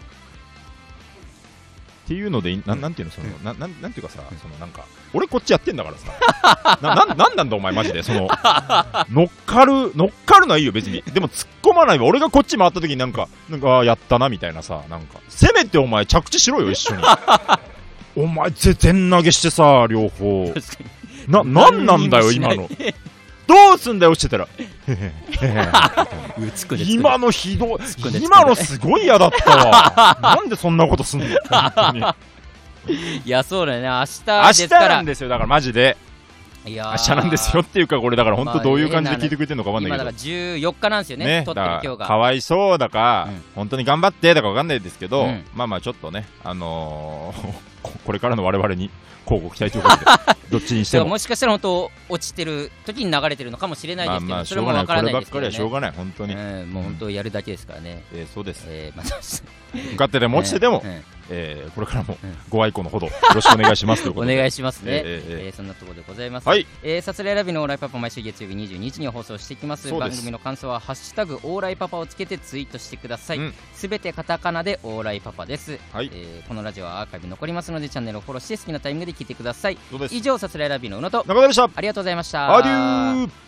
Speaker 2: っていうのでいななんていうのそのななんなんていうかさそのなんか俺こっちやってんだからさ ななんなんなんだお前マジでそ の乗っかる乗っかるのはいいよ別にでも突っ込まないわ俺がこっち回った時になんかなんかあーやったなみたいなさなんかせめてお前着地しろよ一緒 にお前全然投げしてさ両方
Speaker 1: した確か
Speaker 2: な、なんなんだよ、
Speaker 1: 何
Speaker 2: 今
Speaker 1: にも
Speaker 2: の。どうすんだよ、落ちてたら。
Speaker 1: にうつくでつくで
Speaker 2: 今のひど
Speaker 1: っ込んで
Speaker 2: い。今のすごい嫌だった わ。なんでそんなことすんの本当に
Speaker 1: いやそうだよね明
Speaker 2: 明
Speaker 1: 日で
Speaker 2: 日
Speaker 1: すか
Speaker 2: な
Speaker 1: ら
Speaker 2: んですよ、だからマジで。
Speaker 1: いやー
Speaker 2: 明日なんですよっていうか、これだから本当どういう感じで聞いてくれてるのかわかん
Speaker 1: 今
Speaker 2: な
Speaker 1: だ
Speaker 2: い
Speaker 1: か
Speaker 2: け
Speaker 1: ら
Speaker 2: ど。
Speaker 1: 14日なんですよね
Speaker 2: ね、
Speaker 1: 撮
Speaker 2: だ
Speaker 1: ってる今
Speaker 2: か
Speaker 1: 日が
Speaker 2: らかわいそうだか
Speaker 1: うん、
Speaker 2: 本当に頑張ってだかわかんないですけど
Speaker 1: うん、
Speaker 2: まあまあちょっとね、あのー、 ここれからの我々に交互期待というこ とで、どっちにし
Speaker 1: だか
Speaker 2: て
Speaker 1: ら
Speaker 2: も。
Speaker 1: もしかしたら本当落ちてる時に流れてるのかもしれないで
Speaker 2: ま
Speaker 1: す
Speaker 2: あ
Speaker 1: けど、
Speaker 2: まあ、
Speaker 1: そ
Speaker 2: し
Speaker 1: れ
Speaker 2: ょう
Speaker 1: も
Speaker 2: がな
Speaker 1: わ
Speaker 2: い。
Speaker 1: か
Speaker 2: こ
Speaker 1: らな
Speaker 2: れ
Speaker 1: い
Speaker 2: ば
Speaker 1: で
Speaker 2: っ
Speaker 1: す
Speaker 2: か
Speaker 1: けど、
Speaker 2: りは
Speaker 1: ね
Speaker 2: しょうがない、本当に。
Speaker 1: うん、もう本当やるだけですからね、
Speaker 2: えーそうです。
Speaker 1: えーまた
Speaker 2: 受かってでも落ちてでも
Speaker 1: う、ん
Speaker 2: えーこれからも
Speaker 1: うん
Speaker 2: ご愛顧のほどよろしくお願いしますという こ
Speaker 1: お
Speaker 2: とで。
Speaker 1: 願い
Speaker 2: い
Speaker 1: しますね、え
Speaker 2: ええええ
Speaker 1: ーそんなところでございます、
Speaker 2: はい、
Speaker 1: えーさすらいラビのオーライパパ毎週月曜日22日に放送していきます
Speaker 2: そうで
Speaker 1: 番
Speaker 2: す
Speaker 1: 組の感想は「ハッシュタグオーライパパ」をつけてツイートしてください
Speaker 2: うん
Speaker 1: すべ、てカタカナでオーライパパです、
Speaker 2: はい
Speaker 1: えーこのラジオはアーカイブ残りますのでチャンネルをフォローして好きなタイミングで聞いてください
Speaker 2: そうです。
Speaker 1: 以上さすらいラビの宇野と
Speaker 2: 中田でした。
Speaker 1: ありがとうございました
Speaker 2: アデュー。